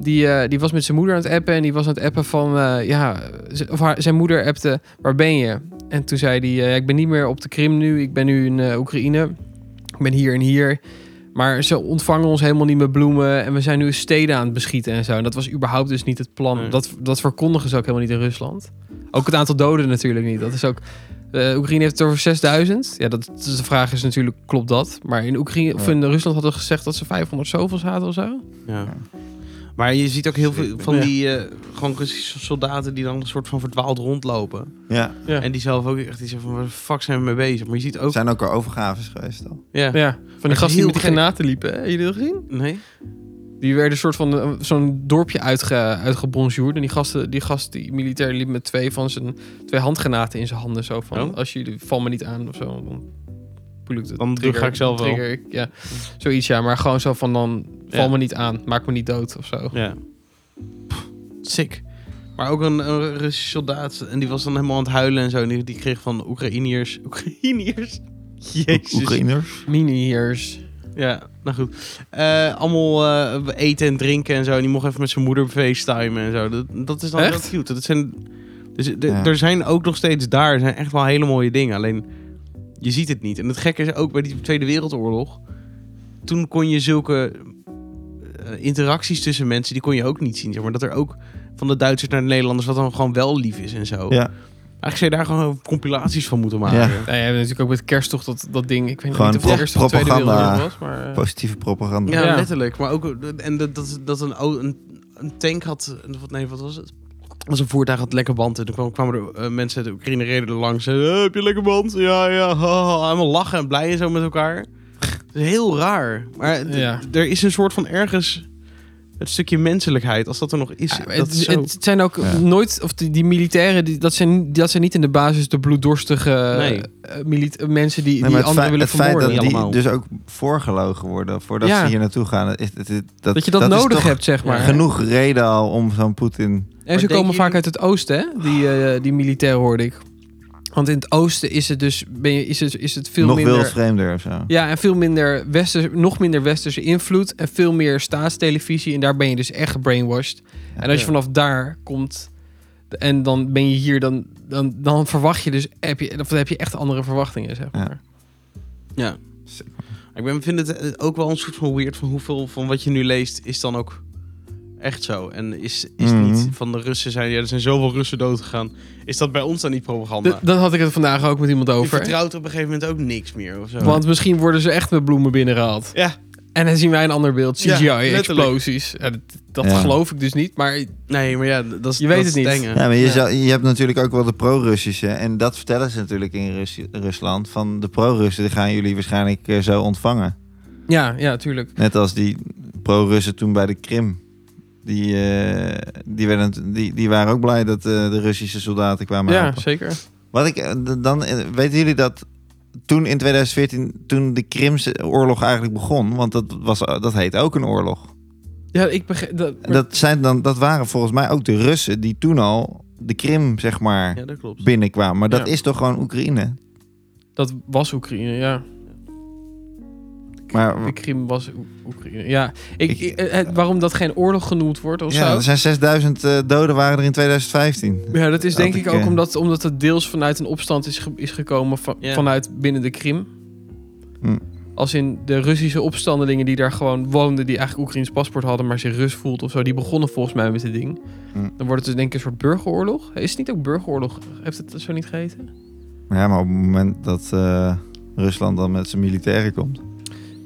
Die, eh, die was met zijn moeder aan het appen en die was aan het appen van, eh, ja, z- of haar, zijn moeder appte, waar ben je? En toen zei hij, eh, ik ben niet meer op de Krim nu, ik ben nu in eh, Oekraïne. Ik ben hier en hier. Maar ze ontvangen ons helemaal niet met bloemen en we zijn nu steden aan het beschieten en zo. En dat was überhaupt dus niet het plan. Nee. Dat, dat verkondigen ze ook helemaal niet in Rusland. Ook het aantal doden natuurlijk niet. Dat is ook. eh, Oekraïne heeft het over 6000. Ja, dat, dus de vraag is natuurlijk, klopt dat? Maar in Oekraïne of Ja. in Rusland hadden ze gezegd dat ze 500 zoveel zaten of zo. Ja. Maar je ziet ook heel veel van Ja. die eh, gewoon Russische soldaten die dan een soort van verdwaald rondlopen. ja, Ja. En die zelf ook echt die zeggen van waar de fuck zijn we mee bezig? Maar je ziet ook... zijn ook al overgaves geweest al. Ja. Ja, van die is gasten die heel met die gek. granaten liepen. Hè? Hebben jullie dat gezien? Nee? Die werden een soort van eh, zo'n dorpje uitge, uitgebonjourd. En die, gasten, die gast, die militair, liep met twee van zijn twee handgranaten in zijn handen. Zo van, Oh. als jullie, val me niet aan of zo. Dan, voel ik de Dan ga ik zelf wel. trigger ik, ja, zoiets ja. Maar gewoon zo van, dan val Ja. me niet aan. Maak me niet dood of zo. Ja. Pff, sick. Maar ook een, een Russische soldaat en die was dan helemaal aan het huilen en zo. En die, die kreeg van Oekraïniërs... Oekraïniërs? *laughs* Jezus. Oekraïners. Mini-heers. Ja, nou goed. Eh, allemaal eh, eten en drinken en zo. En die mocht even met zijn moeder facetimen en zo. Dat, dat is dan Echt? heel cute. Dat zijn, dus de- Ja. er zijn ook nog steeds daar zijn echt wel hele mooie dingen. Alleen je ziet het niet. En het gekke is ook bij die Tweede Wereldoorlog. Toen kon je zulke eh, interacties tussen mensen, die kon je ook niet zien. Zeg maar dat er ook van de Duitsers naar de Nederlanders wat dan gewoon wel lief is en zo. Ja, Eigenlijk zou je daar gewoon compilaties van moeten maken. Ja. Nou, ja, we hebben natuurlijk ook met kerst toch dat, dat ding. Ik weet Gewoon niet of het pro- eerste of Tweede propaganda. Wereldoorlog was. Maar, eh, positieve propaganda. Ja, Ja. letterlijk. Maar ook en dat, dat, dat een, o- een, een tank had, wat- nee, wat was het? Als een voertuig had lekker band. En toen kwam- kwamen er eh, mensen uit de Oekraïne reden er langs. En, eh, heb je lekker band? Ja, ja. ha, ha, ha. Allemaal lachen en blij en zo met elkaar. Het is heel raar. Maar d- Ja. er is een soort van ergens het stukje menselijkheid. Als dat er nog is. Ja, maar dat het, is zo... het zijn ook Ja. nooit, of die, die militairen, die, dat, zijn, dat zijn niet in de basis de bloeddorstige Nee. eh, mili- eh, mensen die, Nee, die maar het anderen feit, willen het feit vermoorden. dat die allemaal. dus ook voorgelogen worden voordat Ja. ze hier naartoe gaan. het- het- het- dat, dat je dat, is nodig toch hebt, zeg maar. Ja. Genoeg reden al om zo'n Poetin. En ze Maar komen denk vaak jullie- uit het oosten, hè? Die, eh, die militairen hoorde ik. Want in het oosten is het dus ben je, is het, is het veel nog minder... wildvreemder of zo. Ja, en veel minder westerse, nog minder westerse invloed en veel meer staatstelevisie. En daar ben je dus echt gebrainwashed. En als je Ja. vanaf daar komt en dan ben je hier, dan, dan, dan verwacht je dus, heb je, of dan heb je echt andere verwachtingen, zeg Ja. maar. Ja. Ik ben, vind het eh, ook wel een soort van weird van hoeveel van wat je nu leest is dan ook echt zo. En is, is Mhm. niet van de Russen zijn, ja, er zijn zoveel Russen doodgegaan. Is dat bij ons dan niet propaganda? Dat, dat had ik het vandaag ook met iemand Je over. vertrouwt op een gegeven moment ook niks meer of zo. Want misschien worden ze echt met bloemen binnengehaald. Ja. En dan zien wij een ander beeld, Ja, CGI-explosies. dat dat Ja. geloof ik dus niet, maar nee, maar ja, d- dat is Je weet dat het is niet. enge. Ja, maar je, Ja. zou- je hebt natuurlijk ook wel de pro-Russische. En dat vertellen ze natuurlijk in Russi- Rusland. Van de pro-Russen die gaan jullie waarschijnlijk eh, zo ontvangen. ja, ja, tuurlijk. Net als die pro-Russen toen bij de Krim. Die, eh, die, werden, die, die waren ook blij dat eh, de Russische soldaten kwamen ja, helpen. zeker. Wat ik eh, d- dan eh, weten jullie dat toen in 2014 toen de Krimse oorlog eigenlijk begon, want dat was eh, dat heet ook een oorlog. Ja, ik begrijp... Dat, En dat zijn dan dat waren volgens mij ook de Russen die toen al de Krim zeg maar Ja, dat klopt. binnenkwamen. Maar dat Ja. is toch gewoon Oekraïne. dat was Oekraïne, ja. Maar De Krim was Oe- Oekraïne. Ja, ik, Ik- ik- eh, het- waarom dat geen oorlog genoemd wordt of ja, zo. er zijn 6000 eh, doden waren er in 2015. Ja, dat is denk Had ik ik, ook eh, omdat, omdat het deels vanuit een opstand is, ge- is gekomen va- Ja. vanuit binnen de Krim. Hm. Als in de Russische opstandelingen die daar gewoon woonden, die eigenlijk Oekraïns paspoort hadden, maar zich Rus voelt of zo, die begonnen volgens mij met dit ding. Hm. Dan wordt het dus denk ik een soort burgeroorlog. Is het niet ook burgeroorlog? Heeft het zo niet geheten? Ja, maar op het moment dat eh, Rusland dan met zijn militairen komt.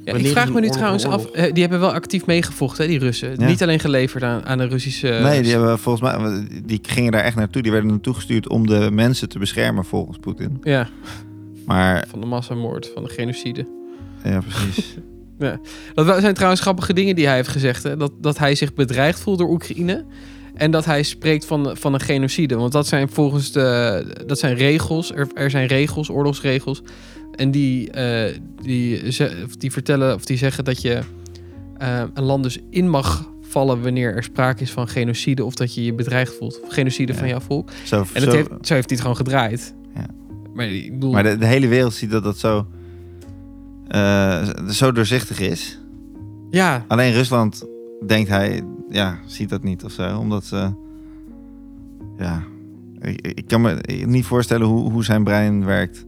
Ja, ik Wanneer vraag is me een nu oorlog trouwens af, oorlog? eh, die hebben wel actief meegevochten, hè, die Russen. Ja. Niet alleen geleverd aan, aan de Russische... nee, die hebben volgens mij die gingen daar echt naartoe. Die werden naartoe gestuurd om de mensen te beschermen volgens Poetin. Ja. Maar Van de massamoord, van de genocide. ja, *laughs* precies. Dat wa- zijn trouwens grappige dingen die hij heeft gezegd. Hè? Dat, dat hij zich bedreigd voelt door Oekraïne. En dat hij spreekt van, van een genocide. Want dat zijn volgens de. Dat zijn regels. Er, er zijn regels, oorlogsregels. En die, eh, die, ze- of die vertellen of die zeggen dat je eh, een land dus in mag vallen wanneer er sprake is van genocide. Of dat je je bedreigd voelt. Of Genocide Ja. van jouw volk. Zo, En zo- dat heeft, zo heeft hij het gewoon gedraaid. Ja. Maar ik bedoel, Maar de, de hele wereld ziet dat dat zo, eh, zo doorzichtig is. ja, Alleen Rusland, denkt hij, ja, ziet dat niet of zo. Omdat ze... Ja, ik, ik kan me niet voorstellen hoe, hoe zijn brein werkt.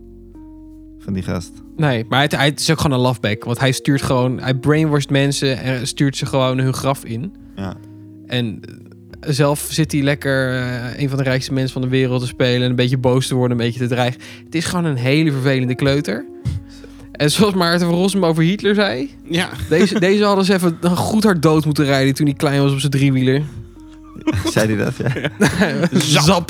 Van die gast. Nee, maar het, het is ook gewoon een lafback. Want hij stuurt gewoon... Hij brainwashed mensen en stuurt ze gewoon hun graf in. Ja. En eh, zelf zit hij lekker eh, een van de rijkste mensen van de wereld te spelen... en een beetje boos te worden, een beetje te dreigen. Het is gewoon een hele vervelende kleuter. En zoals Maarten van Rossum over Hitler zei... Ja, Deze, deze hadden ze even een goed hard dood moeten rijden... toen hij klein was op zijn driewieler. Zei hij dat? Ja. Zap!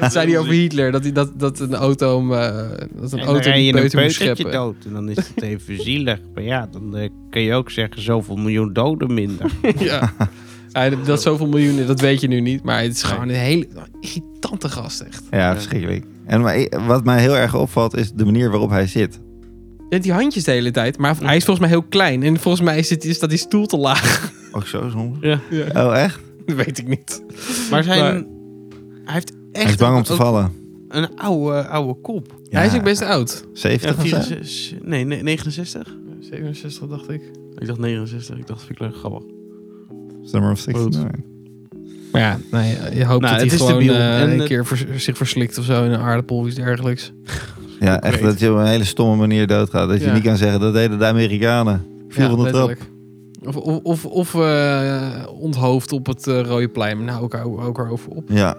Dat zei hij over Hitler. Dat, hij, dat, dat een auto hem... eh, dat een En dan auto rij een je een peuter moest peutertje scheppen. dood. En dan is het even zielig. Maar ja, dan eh, kun je ook zeggen zoveel miljoen doden minder. *laughs* Ja. Ja, dat- dat zoveel miljoenen, dat weet je nu niet. Maar het is gewoon een hele een irritante gast, echt. ja, verschrikkelijk. En maar ik- wat mij heel erg opvalt is de manier waarop hij zit. Ja, die handjes de hele tijd. Maar hij is volgens mij heel klein. En volgens mij is, het, is dat die stoel te laag. Ook zo soms. Ja. Ja. Oh, echt? *laughs* Dat weet ik niet. *laughs* maar zijn. Maar- Hij heeft echt. hij is bang om ook- te ook vallen. Een oude, oude kop. Ja, Hij is ook best oud. 70 of zo? 64, nee, nee, 69? 67 dacht ik. Ik dacht 69. Ik dacht, vind ik leuk, grappig. Summer of 69. Maar ja, nou, je, je hoopt Nou, het dat hij is gewoon debiel. eh, En een het- keer vers- zich verslikt of zo in een aardappel of iets dergelijks. Ja, echt weet. dat je op een hele stomme manier doodgaat. Dat je Ja. niet kan zeggen, dat deden de Amerikanen. Ik viel Ja, van de trap. letterlijk. Of, of, of, of eh, onthoofd op het eh, Rode Plein. Nou, ook, ook erover op. Ja.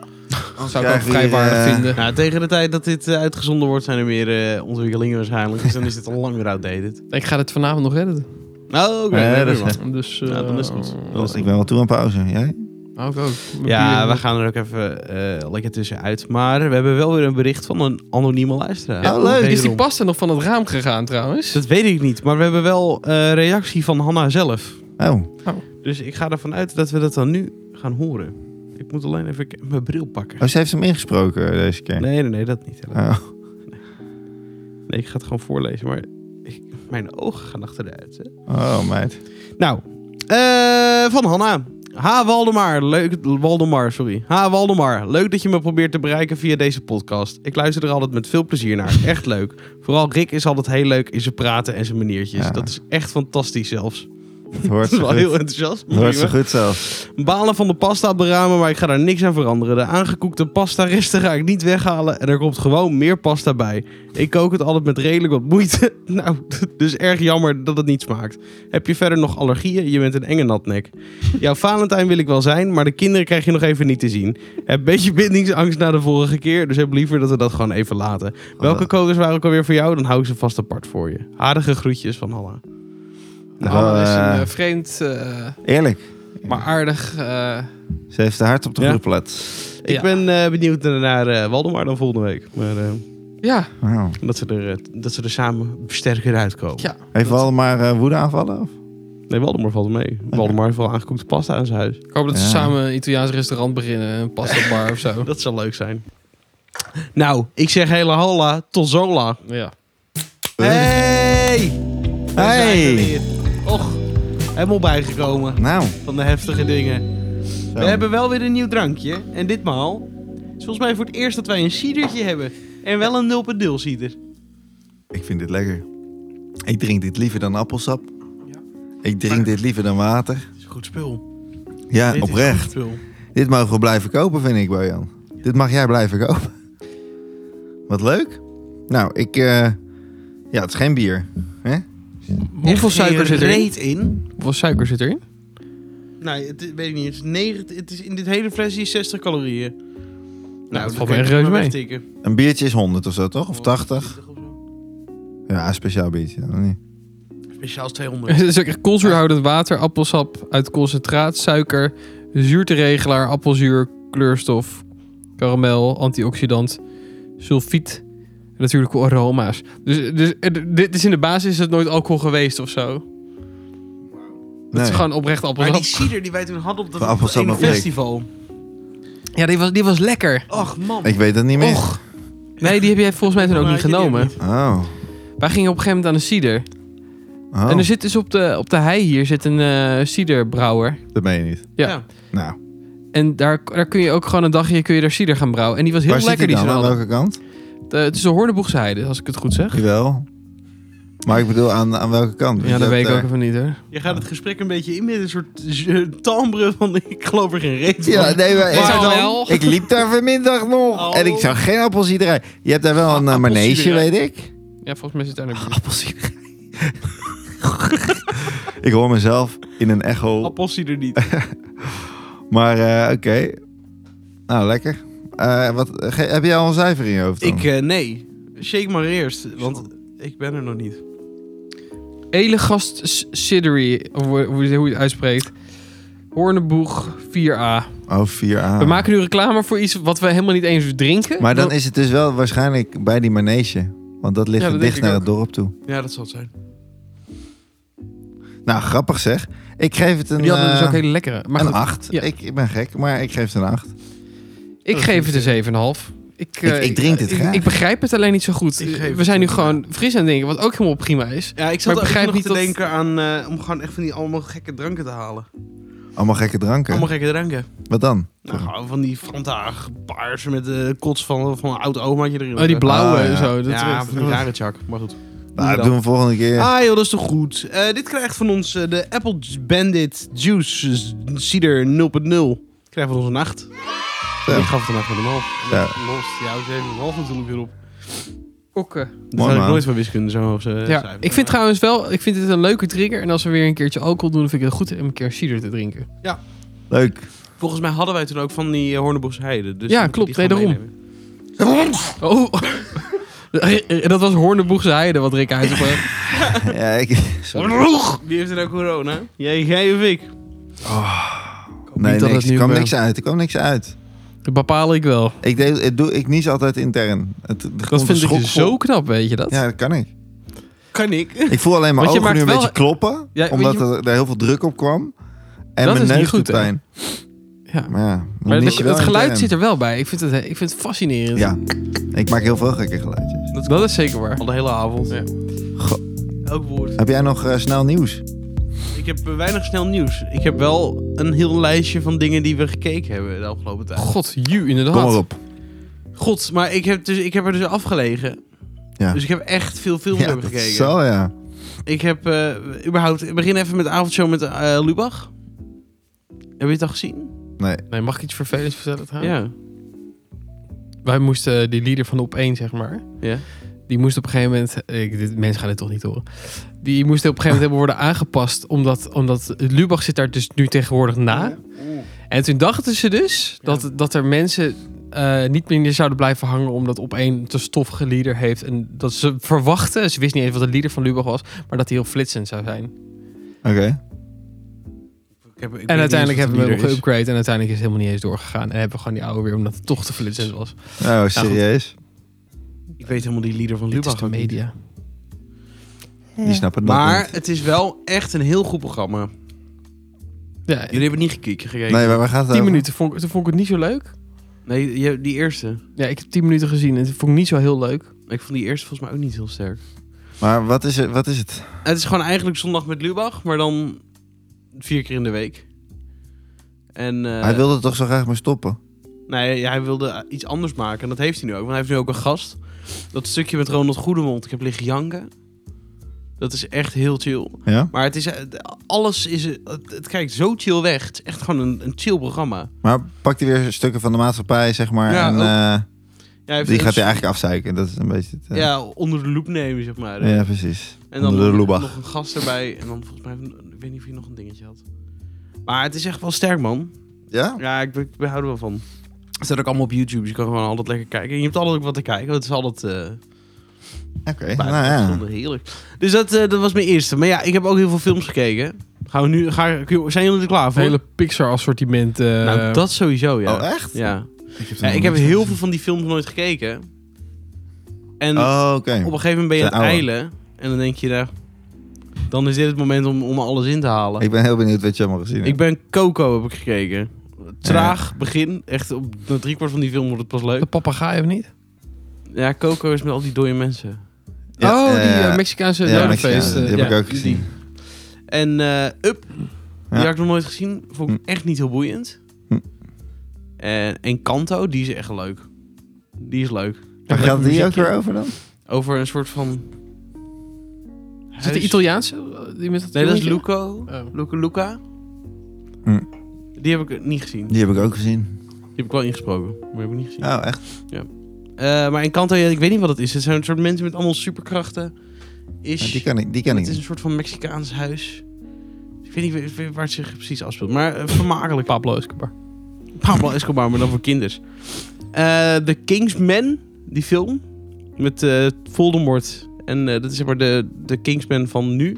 Zou ik ook krijg je, vrij waardig eh, vinden. Nou, tegen de tijd dat dit eh, uitgezonden wordt, zijn er meer eh, ontwikkelingen waarschijnlijk. Dus dan is het al lang weer outdated. Ik ga het vanavond nog redden. Oh, oké. Ja, nee, dat is prima. Dus, Ja, dan is het goed. eh, Dus ik ben wel toe aan pauze. Jij? Ook, ook. Mijn Ja, bier- eh, we gaan er ook even eh, lekker tussenuit. Maar we hebben wel weer een bericht van een anonieme luisteraar. Oh, leuk. Is die Wederom. pasta nog van het raam gegaan trouwens? Dat weet ik niet, maar we hebben wel eh reactie van Hanna zelf. Oh, Dus ik ga ervan uit dat we dat dan nu gaan horen. Ik moet alleen even k- mijn bril pakken. oh ze heeft hem ingesproken deze keer. Nee, nee, nee, dat niet. helaas. Oh. Nee, ik ga het gewoon voorlezen, maar ik- mijn ogen gaan achteruit. Hè. oh, meid. Nou, eh, van Hanna. Ha Waldemar, leuk, Waldemar, sorry. Ha Waldemar, leuk dat je me probeert te bereiken via deze podcast. Ik luister er altijd met veel plezier *laughs* naar. Echt leuk. Vooral Rick is altijd heel leuk in zijn praten en zijn maniertjes. Ja. Dat is echt fantastisch zelfs. Dat *laughs* hoort Dat is ze wel heel goed. enthousiast. Dat hoort ze Prima. goed zelfs. Balen van de pasta op de ramen, maar ik ga daar niks aan veranderen. De aangekoekte pasta resten ga ik niet weghalen en er komt gewoon meer pasta bij. Ik kook het altijd met redelijk wat moeite. *laughs* Nou, dus erg jammer dat het niet smaakt. Heb je verder nog allergieën? Je bent een enge natnek. Jouw Valentijn wil ik wel zijn, maar de kinderen krijg je nog even niet te zien. Heb een beetje bindingsangst na de vorige keer, dus heb liever dat we dat gewoon even laten. Welke codes waren ook alweer voor jou? Dan hou ik ze vast apart voor je. Aardige groetjes van Hanna. Nou, Wel, dat is een eh, eh, vreemd, eh, Eerlijk, maar aardig... eh, ze heeft de hart op de Ja. goede plaats. Ik Ja. ben eh, benieuwd naar eh Waldemar dan volgende week. Maar, eh, ja, Wauw. dat, ze er, eh, dat ze er samen sterker uitkomen. ja. Heeft Dat- wel maar eh, woede aanvallen? Of? Nee, Waldemar valt mee. Waldemar heeft wel aangekoekte pasta aan zijn huis. Ik hoop dat ze Ja. samen een Italiaans restaurant beginnen. Een pasta bar of *laughs* zo. Dat zal leuk zijn. Nou, ik zeg hele hola, tot zola. Ja. Hey! Hey! Och, helemaal bijgekomen Nou, van de heftige dingen. zo. We hebben wel weer een nieuw drankje. En ditmaal is volgens mij voor het eerst dat wij een cidertje hebben. En wel een 0 0 cider. ik vind dit lekker. Ik drink dit liever dan appelsap. Ik drink dit liever dan water. Dat is een goed spul. Ja, Dit is een goed oprecht. spul. Dit mogen we blijven kopen, vind ik, Bojan. Dit mag jij blijven kopen. *laughs* Wat leuk. Nou, ik... eh, ja, het is geen bier. Hoeveel suiker zit erin? Reet in. Hoeveel suiker zit erin? Nee, het is- weet ik niet. Het is 90, het is in dit hele flesje is 60 calorieën. Nou, dat dan valt kan me je echt het reuze maar mee. wegtikken. Een biertje is 100 of zo, toch? Of 80? of zo. Ja, een speciaal biertje. dan niet. Speciaal is *laughs* Het 200. is ook echt koolzuurhoudend water, appelsap uit concentraat, suiker, zuurteregelaar, appelzuur, kleurstof, karamel, antioxidant, sulfiet en natuurlijk aroma's. Dus, dus eh, d- dit is in de basis is het nooit alcohol geweest of zo. Het Nee. is gewoon oprecht Maar die appelsap. cider die wij toen hadden op dat Van appelsap ene naar blik. festival. Ja, die was, die was lekker. Ach man. Ik weet het niet meer. Och. Nee, die heb jij volgens mij toen ook Maar niet had je die genomen. niet? Oh. Wij gingen op een gegeven moment aan de cider. oh. En er zit dus op de, op de hei hier zit een eh ciderbrouwer. Dat meen je niet. Ja. Nou, En daar, daar kun je ook gewoon een dagje kun je daar cider gaan brouwen. En die was heel waar zit lekker hij die dan? ze Aan hadden. welke kant? Eh, het is de Hoornboegse heide, als ik het goed zeg. Jawel. Maar ik bedoel, aan, aan welke kant? Ja, dat weet ik eh, ook even niet hoor. Je gaat het gesprek een beetje in met een soort eh, *laughs* timbre van ik geloof er geen reet van. Ja, nee, maar, Waar ik, wel? ik liep daar vanmiddag nog. Oh. En ik zag geen appelsiederij. Je hebt daar wel een eh, Appelsiederij. manege, weet ik. Ja, volgens mij zit daar een buurt. Appelsiederij. ik hoor mezelf in een echo. Appelsieder niet. Maar eh, oké. Nou, lekker. Eh, wat, ge- heb jij al een cijfer in je hoofd? dan? Ik, eh, nee. Shake maar eerst, want ik ben er nog niet. *laughs* Elegast S- Siddery, of hoe, hoe je het uitspreekt. Hoornboeg 4a. Oh, 4A. We maken nu reclame voor iets wat we helemaal niet eens drinken. Maar dan is het dus wel waarschijnlijk bij die manege. Want dat ligt Ja, er dat dicht denk ik naar het dorp toe. Ja, dat zal het zijn. Nou, grappig zeg. Ik geef het een, Die hadden dus eh, ook hele lekkere. Maar een goed, 8. Ja. Ik, ik ben gek, maar ik geef het een 8. ik geef het een 7,5. Ik, eh, Ik- ik drink dit ik, graag. ik begrijp het alleen niet zo goed. Ik geef We het zijn nu een- gewoon fris aan het denken, wat ook helemaal prima is. Ja, ik Maar zat ik ook begrijp nog niet te dat- denken aan eh, om gewoon echt van die allemaal gekke dranken te halen. Allemaal gekke dranken. Allemaal gekke dranken. Wat dan? Nou, gewoon van die Fanta paars met de kots van, van een oud omaatje erin. Oh, die blauwe Ah, ja. en zo. Dat Ja, dat- van die rare chak. Maar goed. Nou, Dan. dat doen we volgende keer. Ah joh, dat is toch goed. Eh, dit krijgt van ons eh, de Apple Bandit Juice dus s- Cider 0.0. Krijgt van ons een 8. Zo. Ik gaf het een 8 met een half. Ja. Lost. Ja, we zeven een half natuurlijk weer op. Kokken. Daar had ik man. nooit van wiskunde zo eh, of zo. Ja, ik vind trouwens wel, ik vind dit een leuke trigger. En als we weer een keertje alcohol doen, dan vind ik het goed om een keer cider te drinken. Leuk. *laughs* Volgens mij hadden wij toen ook van die Hornebosse Heide. Dus Ja, dan moeten we klopt. die gewoon Nee, meenemen. Oh, *laughs* dat was Horneboegse Heide wat Rick uitspreekt. ja, ik, sorry. Wie heeft er nou corona? Jij, jij of ik? Oh, Nee, dat niks. het nu, Er kwam eh, niks uit. Er kwam niks uit. Dat dus bepaal ik wel. Ik, deed, ik, doe, ik nies altijd intern. Het, het komt Dat een vind ik schok zo vol. knap, weet je dat? Ja, dat *laughs* kan ik. Kan ik? Ik voel alleen mijn Want je ogen nu een maakt wel- beetje kloppen. Ja, omdat want er, er heel veel druk op kwam. En Dat mijn is niet neus doet goed, hè? pijn. Ja. Maar ja, dan Maar nies dat, je wel dat geluid intern. zit er wel bij. Ik vind het, ik vind het fascinerend. Ja, ik maak heel veel gekke geluidjes. Dat, dat is zeker waar. Al de hele avond. Ja. Goh. Elk woord. Heb jij nog eh, snel nieuws? Ik heb eh, weinig snel nieuws. Ik heb wel een heel lijstje van dingen die we gekeken hebben de afgelopen tijd. God, you inderdaad. Kom maar op. God, maar ik heb, dus, ik heb er dus afgelegen. Ja. Dus ik heb echt veel films Ja, hebben dat gekeken. zal ja. Ik heb eh, überhaupt... Ik begin even met de avondshow met eh, Lubach. Heb je het al gezien? Nee. Nee, mag ik iets vervelends vertellen? trouwens? Ja. Wij moesten die leader van op één, zeg maar. Ja. Die moest op een gegeven moment. Ik, dit, mensen gaan dit toch niet horen. Die moest op een gegeven moment hebben worden aangepast. Omdat, omdat Lubach zit daar dus nu tegenwoordig na. Oh En toen dachten ze dus dat, dat er mensen eh, niet meer zouden blijven hangen. Omdat op één te stoffige leader heeft. En dat ze verwachten. Ze wist niet eens wat de leader van Lubach was. Maar dat hij heel flitsend zou zijn. Oké. Ik heb, ik weet niet en eens uiteindelijk wat de hebben we hem leader is. geüpgrade. En uiteindelijk is het helemaal niet eens doorgegaan. En hebben we gewoon die oude weer. Omdat het toch te flitsend was. Oh, serieus? Ik weet helemaal die leader van Dit is Lubach de ook niet. media. Die snappen het nog Maar niet. het is wel echt een heel goed programma. Jullie Ja, hebben het niet gekeken. gekeken. Nee, maar waar gaat het 10 over? minuten vond, ik- toen vond ik het niet zo leuk. Nee, je- die eerste. Ja, ik heb 10 minuten gezien en dat vond ik niet zo heel leuk. Ik vond die eerste volgens mij ook niet heel sterk. Maar wat is het? Wat is het? Het is gewoon eigenlijk zondag met Lubach, maar dan vier keer in de week. En eh, Hij wilde toch zo graag mee stoppen? nee, ja, hij wilde iets anders maken. En dat heeft hij nu ook, want hij heeft nu ook een gast. Dat stukje met Ronald Goedemond, ik heb liggen janken. Dat is echt heel chill. Ja? Maar het is, eh, alles is, eh, het, het kijkt zo chill weg. Het is echt gewoon een, een chill programma. Maar pakt hij weer stukken van de maatschappij, zeg maar. Ja, en ook. eh, Ja, hij heeft die een- gaat hij eigenlijk afzuiken. Dat is een beetje het, eh, ja, onder de loep nemen, zeg maar. ja, precies. En dan Onder de nog- loebach. nog een gast erbij. En dan volgens mij, ik weet niet of hij nog een dingetje had. Maar het is echt wel sterk, man. Ja? Ja, ik, ik, we houden wel van. Het staat Oh. ook allemaal op YouTube, dus je kan gewoon altijd lekker kijken. En je hebt altijd ook wat te kijken, want het is altijd eh Oké. Nou buitengewoon ja. bijzonder heerlijk. Dus dat, eh, dat was mijn eerste. Maar ja, ik heb ook heel veel films gekeken. Gaan we nu, ga, kun je- zijn jullie er klaar Het voor? hele Pixar-assortiment. eh, nou, dat sowieso, ja. Oh, echt? Ja. Ik heb, Ja, ik heb heel veel van die films nooit gekeken. En Oh, oké. op een gegeven moment ben je aan Zijn het oude. eilen. En dan denk je, nou, dan is dit het moment om, om alles in te halen. Ik ben heel benieuwd wat je allemaal gezien Ik hebt. ben Coco heb ik gekeken. Traag begin. Echt op na driekwart van die film wordt het pas leuk. de papegaai of niet? Ja, Coco is met al die dode mensen. Ja, oh, die eh, eh, Mexicaanse ja, dodenfeest. Mexicaanse, eh, die ja. heb ik ook gezien. En eh, Up, die Ja. had ik nog nooit gezien. Vond ik echt niet heel boeiend. Hm. En, en Kanto, die is echt leuk. Die is leuk. Waar Leuk gaat het hier ook muziekje. weer over dan? Over een soort van... Is het de huis- Italiaanse? eh, Die met dat Nee, dat is jongetje? Luco. Oh. Luca Luca. Hm. Die heb ik niet gezien. Die Die heb ik ook gezien. heb ik wel ingesproken, maar die heb ik niet gezien. Oh, echt? Eh, maar in Kanto, ja, ik weet niet wat het is. Het zijn een soort mensen met allemaal superkrachten. Is... Nou, Die ken ik, die ken het ik is een niet. soort van Mexicaans huis. Ik weet niet wa- waar het zich precies afspeelt, maar eh, vermakelijk. Pablo Escobar. Pablo Escobar, maar dan voor kinders. Eh The Kingsman, die film. Met eh, Voldemort. En eh, dat is zeg maar de, de Kingsman van nu.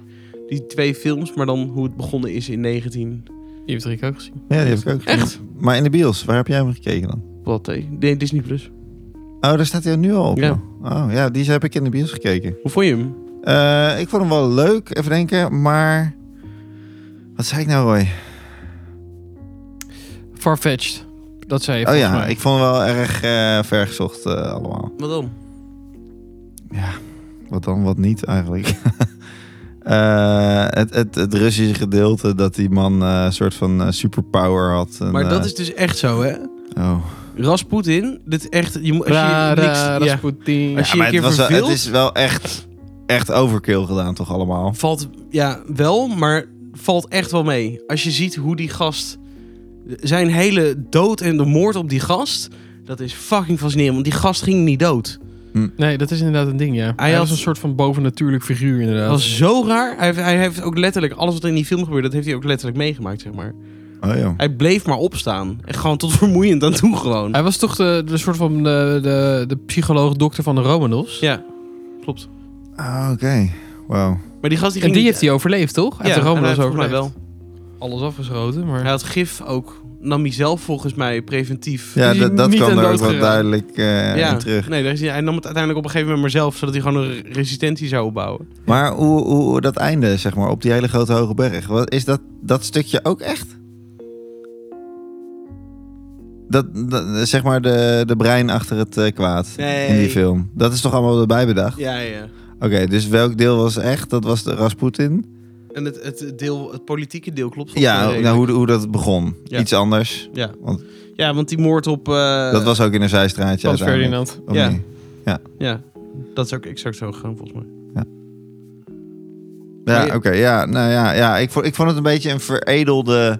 Die twee films, maar dan hoe het begonnen is in 19... Die heeft Rick ook gezien. Ja, die heb ik ook gezien. Echt? Maar in de bios, waar heb jij hem gekeken dan? Wat, eh, nee, Disney+. Plus. Oh, daar staat hij nu al op. Ja. Oh ja, die heb ik in de bios gekeken. Hoe vond je hem? Eh, ik vond hem wel leuk, even denken, maar... Wat zei ik nou, Roy? Farfetched. Dat zei je Oh volgens ja, mij. ik vond hem wel erg ver vergezocht eh, allemaal. Wat dan? Wat dan, wat niet eigenlijk. *laughs* Eh, het, het, het Russische gedeelte dat die man eh, een soort van eh, superpower had. En, Maar dat eh, is dus echt zo, hè? Oh. Rasputin, dit is echt... Je, moet- als je Ra, niks, ra, ja, Rasputin. Als je maar je een keer het, was wel- verveelt... het is wel echt, echt overkill gedaan toch allemaal. Valt ja wel, maar valt echt wel mee. Als je ziet hoe die gast. Zijn hele dood en de moord op die gast. Dat is fucking fascinerend. Want die gast ging niet dood. Nee, dat is inderdaad een ding, ja. Hij, had- was een soort van bovennatuurlijk figuur, inderdaad. Dat was zo raar. Hij heeft, hij heeft ook letterlijk. Alles wat er in die film gebeurde, dat heeft hij ook letterlijk meegemaakt, zeg maar. Oh ja. Hij bleef maar opstaan. En gewoon tot *laughs* vermoeiend aan toe, gewoon. Hij was toch de, de soort van de, de, de psycholoog-dokter van de Romanovs? Ja, klopt. Ah, Oké, wauw. Maar die gast die En ging. die niet- heeft hij overleefd, toch? Hij ja, heeft de dus en hij Romanovs heeft volgens mij overleefd. wel. Alles afgeschoten, maar... Hij had gif ook. nam hij zelf volgens mij preventief. Ja, Die dat, dat niet kwam aan er ook dood wel geraakt. duidelijk eh, in terug. Nee, daar is hij, hij nam het uiteindelijk op een gegeven moment maar zelf, zodat hij gewoon een re- resistentie zou opbouwen. Maar hoe, hoe, hoe dat einde, zeg maar, op die hele grote hoge berg. Wat, is dat, dat stukje ook echt? Dat, dat- zeg maar de, de brein achter het eh, kwaad Nee. in die film. Dat is toch allemaal erbij bedacht? Ja, ja. Oké, dus welk deel was echt? Dat was de Rasputin? En het, het, deel, het politieke deel klopt. volgens mij Ja, redelijk. nou, hoe, hoe dat begon. Ja. Iets anders. ja, want die moord op... eh, dat was ook in een zijstraatje Frans uiteindelijk. Ferdinand. Of Ja. niet? Ja, dat is ook exact zo gegaan volgens mij. Ja, Maar oké. je- ja, nou ja, ja ik, vond, ik vond het een beetje een veredelde.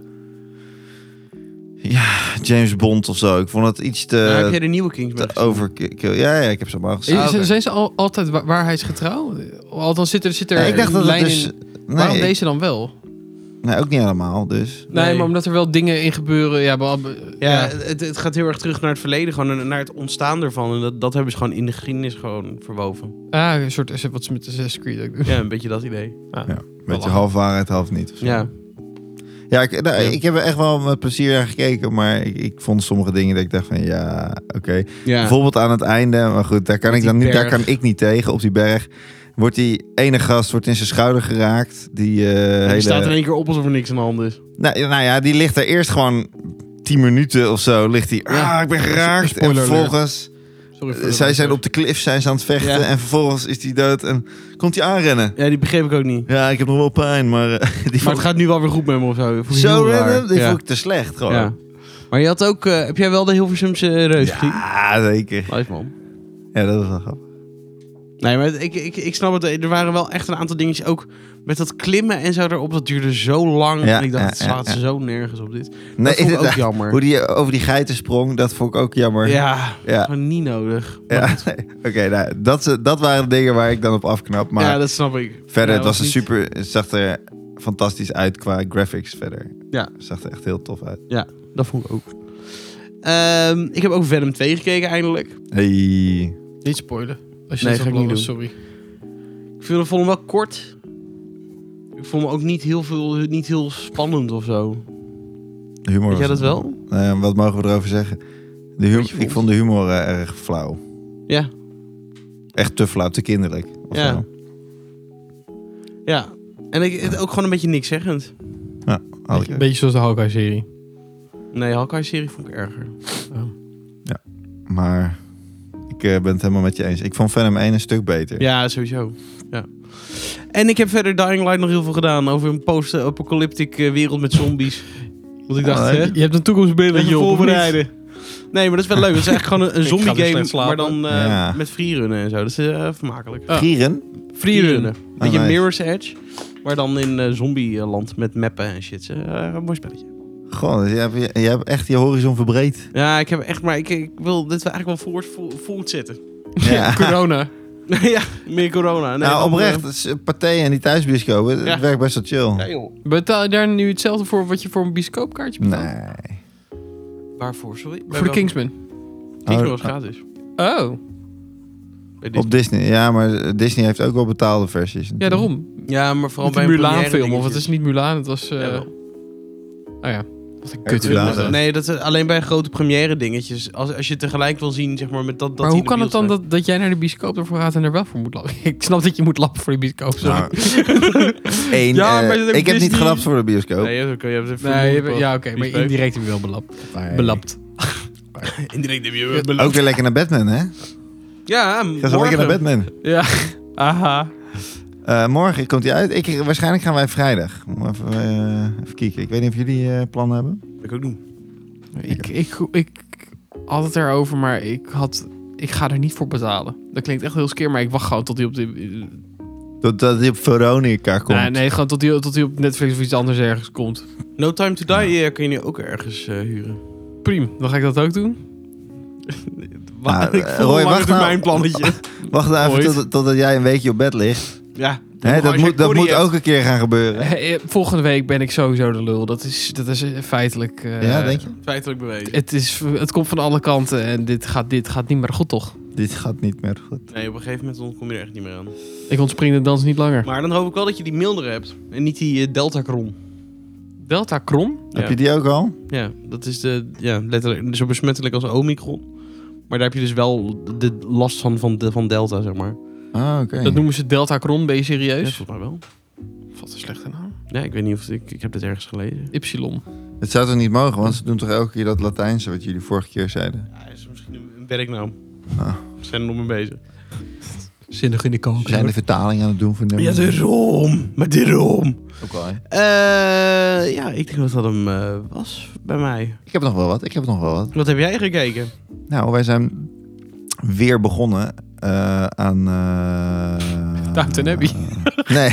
Ja, James Bond of zo. Ik vond het iets Nou, heb te. jij de nieuwe Kingsman te gezien? overkill. Ja, ja, ik heb ze allemaal gezien. Ah, Z- oké. Zijn ze al, altijd wa- waarheidsgetrouw? Althans zit er, zit er Nee, ik dacht een dat het lijn dus. in. Waarom Nee, ik- deze dan wel? nee, ook niet helemaal. Dus. Nee, Nee. maar omdat er wel dingen in gebeuren. Ja, behalve- Ja, ja. Het, het gaat heel erg terug naar het verleden, gewoon en naar het ontstaan ervan. En dat, dat hebben ze gewoon in de geschiedenis gewoon verwoven. Ah, een soort wat ze met de zes Creed ook doen. Ja, een beetje dat idee. Ja, een beetje half waarheid, half niet. of zo. Ja, Ja, ik, nou, Ja. ik heb er echt wel met plezier naar gekeken. Maar ik, ik vond sommige dingen dat ik dacht van ja, oké. ja. Bijvoorbeeld aan het einde, maar goed, daar kan, Op ik die dan niet, daar kan berg. ik niet tegen. Op die berg wordt die ene gast wordt in zijn schouder geraakt. Die, eh, Die hele, staat er in één keer op alsof er niks aan de hand is. Nou, ja, nou ja, die ligt daar eerst gewoon 10 minuten of zo. Ligt die, Ja. ah, ik ben geraakt. En Spoiler alert. vervolgens, Sorry voor eh, de zij zijn luisteraars. op de cliff, zijn ze aan het vechten. Ja. En vervolgens is die dood en komt hij aanrennen. Ja, die begreep ik ook niet. Ja, ik heb nog wel pijn, maar eh, *laughs* die Maar vond het gaat nu wel weer goed met me of zo. Dat ik vond ik zo heel raar. random. Die ja. vond ik te slecht gewoon. Ja. Ja, Maar je had ook... eh, heb jij wel de Hilversumse Reus gezien? zeker. Live man. Ja, dat was wel grappig. Nee, maar ik, ik, ik snap het. Er waren wel echt een aantal dingetjes. Ook met dat klimmen en zo erop. Dat duurde zo lang. Ja, en ik dacht, ja, het ja, slaat ja. zo nergens op dit. dat Nee, *laughs* vond ik ook inderdaad. jammer. Hoe die over die geiten sprong, dat vond ik ook jammer. Ja, Ja. gewoon niet nodig. Ja, *laughs* oké, nou, dat, dat waren de dingen waar ik dan op afknap. Maar ja, dat snap ik. verder, Ja, het was een niet- super, het zag er fantastisch uit qua graphics verder. Ja. Het zag er echt heel tof uit. Dat vond ik ook. Ehm, ik heb ook Venom 2 gekeken eindelijk. Hey. Niet spoilen. Als je Nee, dat ga ik wil, niet doen. sorry. Ik vond, vond hem wel kort. Ik vond hem ook niet heel, veel, niet heel spannend of zo. Humor Weet jij dat was- wel? Eh, wat mogen we erover zeggen? De hum- Wat je vond. ik vond de humor eh, erg flauw. Ja. Echt te flauw, te kinderlijk. of Ja. zo. Ja. En ik, het ook gewoon een beetje niks zeggend. Had ik- Beetje, beetje zoals de Hawkeye-serie. Nee, Hawkeye-serie vond ik erger. Maar ik eh, ben het helemaal met je eens. Ik vond Venom 1 een stuk beter. Ja, sowieso. Ja. En ik heb verder Dying Light nog heel veel gedaan over een post-apocalyptic eh, wereld met zombies. Want ik dacht, Ah, hè, Je hebt een toekomstbeeld dat Beetje je op voorbereiden. *laughs* Nee, maar dat is wel leuk. Het is eigenlijk gewoon een, een Ik ga zombie dus slecht game, maar slapen. dan eh, Ja. met freerunnen en zo. Dat is eh, vermakelijk. Gieren? Freerunnen. Beetje nice. Mirror's Edge, maar dan in eh, zombieland met mappen en shit. Eh, een mooi spelletje. Goh, je hebt, je hebt echt je horizon verbreed. Ja, ik heb echt, maar ik, ik wil dit eigenlijk wel voort, vo- voortzetten. Ja. Corona. *laughs* ja, meer corona. Nee, nou, dan, eh, oprecht. Partij en die thuisbioscoop, het, het Ja. werkt best wel chill. eh, ja, joh. Betaal je daar nu hetzelfde voor wat je voor een bioscoopkaartje betaalt? Nee. Waarvoor, sorry? Bij Voor de welke- Kingsman. Kingsman was Oh, gratis. Oh, Bij Disney. Op Disney, ja, maar Disney heeft ook wel betaalde versies. ja, daarom. Ja, maar vooral Niet bij een een première Mulan-film. Of het is dingetjes. niet Mulan, het was... eh, Jawel. Oh ja, wat een Hercules. kutfilm. was dat. Ja. Nee, dat is alleen bij grote première dingetjes. Als, als je het tegelijk wil zien, zeg maar, met dat... dat Maar die hoe in de kan het dan bios dat, dat jij naar de bioscoop ervoor gaat en er wel voor moet lappen? *laughs* Ik snap dat je moet lappen voor de bioscoop. Sorry. Nou, *laughs* één, Ja, eh, maar dat heb ik heb niet Disney- gelapt voor de bioscoop. staat? Nee, je hebt een nee, je hebt- ja, oké, eh, Die maar speuk. indirect heb je wel belapt. Maar- belapt. *laughs* Indirect heb je Ja. beloofd. Ook weer lekker naar Batman, hè? Ja, Ga zo lekker morgen. naar Batman. Ja, aha. Eh, morgen komt hij uit. Ik, waarschijnlijk gaan wij vrijdag. Om Even, eh, even kijken. Ik weet niet of jullie eh, plannen hebben. Ik ook niet. Ik, ik, ik had het erover, maar ik had... Ik ga er niet voor betalen. Dat klinkt echt heel skeer, maar ik wacht gewoon tot hij op de... Dat, dat hij op Veronica komt. Nee, nee, gewoon tot hij, tot hij op Netflix of iets anders ergens komt. No Time to Die eh, kun je nu ook ergens eh, huren. Prima, dan ga ik dat ook doen. Wa- *laughs* eh, ik voel Roy, een lange wacht nou. termijn plannetje. Wacht nou even Ooit. tot- totdat jij een weekje op bed ligt. *laughs* ja. Hè, dat als je moet, dat Corrie moet hebt. ook een keer gaan gebeuren. Eh, eh, Volgende week ben ik sowieso de lul. Dat is, dat is eh, feitelijk... eh, Ja, denk je? Feitelijk bewezen. Het, is, het komt van alle kanten en dit gaat, dit gaat niet meer goed, toch? Dit gaat niet meer goed. Nee, op een gegeven moment ontkom je er echt niet meer aan. Ik ontspring de dans niet langer. Maar dan hoop ik wel dat je die mildere hebt. En niet die eh, Delta Deltacron. Delta Krom. Ja. Heb je die ook al? Ja, dat is de, ja, letterlijk zo besmettelijk als Omicron. Maar daar heb je dus wel de last van, van, de, van Delta, zeg maar. Ah, oké. Dat noemen ze Delta Krom, ben je Ja, serieus? volgens mij wel. Wat een slechte naam. Ja, ik weet niet of... Ik, ik heb dit ergens gelezen. Ypsilon. Het zou toch niet mogen, want ze doen toch elke keer dat Latijnse wat jullie vorige keer zeiden. Ja, is misschien een werknaam. Ah. We zijn er nog mee bezig. Zinnig in de We zijn de vertaling aan het doen voor nummer. Ja, de rom. Maar de rom. Ook al, hè? Eh, ja, ik denk dat dat hem eh, was bij mij. Ik heb nog wel wat, ik heb nog wel wat. Wat heb jij gekeken? Nou, wij zijn weer begonnen eh, aan... eh Downton Abbey. eh, *laughs* nee,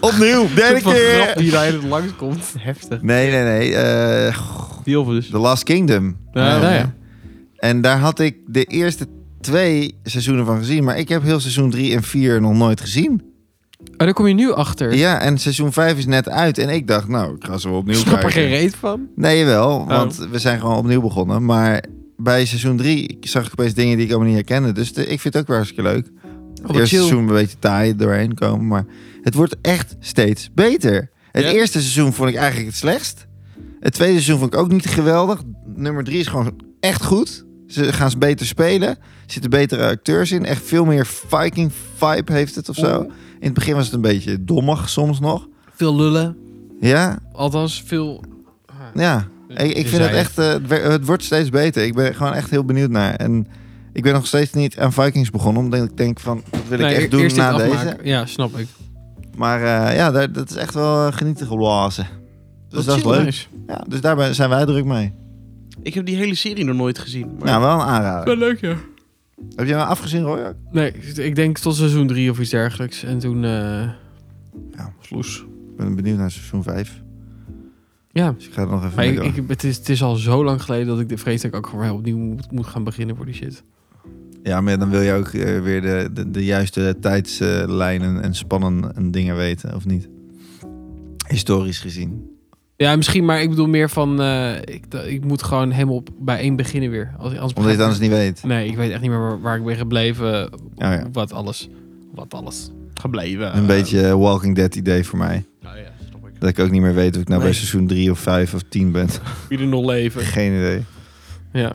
opnieuw, derde Een soort van keer! grap die daar even *laughs* langskomt. Heftig. Nee, nee, nee. eh, Die of dus. The Last Kingdom. Ja, Eh, nou ja. En daar had ik de eerste twee seizoenen van gezien. Maar ik heb heel seizoen 3 en 4 nog nooit gezien. Oh, daar kom je nu achter. Ja, en seizoen 5 is net uit. En ik dacht, nou, ik ga ze wel Ik opnieuw snap er kijken. geen reet van. Nee, wel, want we zijn gewoon opnieuw begonnen. Maar bij seizoen 3 zag ik opeens dingen die ik allemaal niet herkende. Dus de- ik vind het ook wel hartstikke leuk. Het wat eerste chill. seizoen een beetje taai doorheen komen. Maar het wordt echt steeds beter. Het Ja. eerste seizoen vond ik eigenlijk het slechtst. Het tweede seizoen vond ik ook niet geweldig. Nummer 3 is gewoon echt goed. Ze gaan ze beter spelen. Er zitten betere acteurs in. Echt veel meer Viking-vibe heeft het of zo. In het begin was het een beetje dommig soms nog. Veel lullen. Ja, Althans, veel... ja, ik, ik vind het echt, eh, het wer- het wordt steeds beter. Ik ben gewoon echt heel benieuwd naar. En ik ben nog steeds niet aan Vikings begonnen, omdat ik denk van, dat wil ik Nee, e- echt doen eerst dit na deze. afmaken. Ja, snap ik. Maar eh, ja, daar, dat is echt wel eh, genieten geblazen. Dus dat is chill, leuk. nice. Ja, dus daar ben- zijn wij druk mee. Ik heb die hele serie nog nooit gezien. Maar Nou, wel een Wel aanrader. leuk, ja. Heb jij hem afgezien, Roy? ook? Nee, ik- ik denk tot seizoen 3 of iets dergelijks. En toen... Oh eh Ja. Sloes. Ik ben benieuwd naar seizoen 5. Ja. Dus ik ga het nog even Maar mee ik, door. ik, het, is, het is al zo lang geleden dat ik de vrees dat ik ook gewoon weer opnieuw moet, moet gaan beginnen voor die shit. Ja, maar dan wil je ook eh, weer de, de, de juiste tijdslijnen en spannen en dingen weten, of niet? Historisch gezien. Ja, misschien, maar ik bedoel meer van... eh, ik, da- ik moet gewoon helemaal op, bij één beginnen weer. Als, anders Omdat je het begrijp anders ik- niet weet. Nee, ik weet echt niet meer waar, waar ik ben gebleven. Ja, ja. Wat alles. Wat alles. gebleven. Ehm, Een beetje eh, Walking Dead idee voor mij. Nou ja, snap ik. Dat ik ook niet meer weet of ik nou Nee. bij seizoen 3 of 5 of *laughs* 10 ben. *laughs* Jullie nog leven. Geen idee. Ja.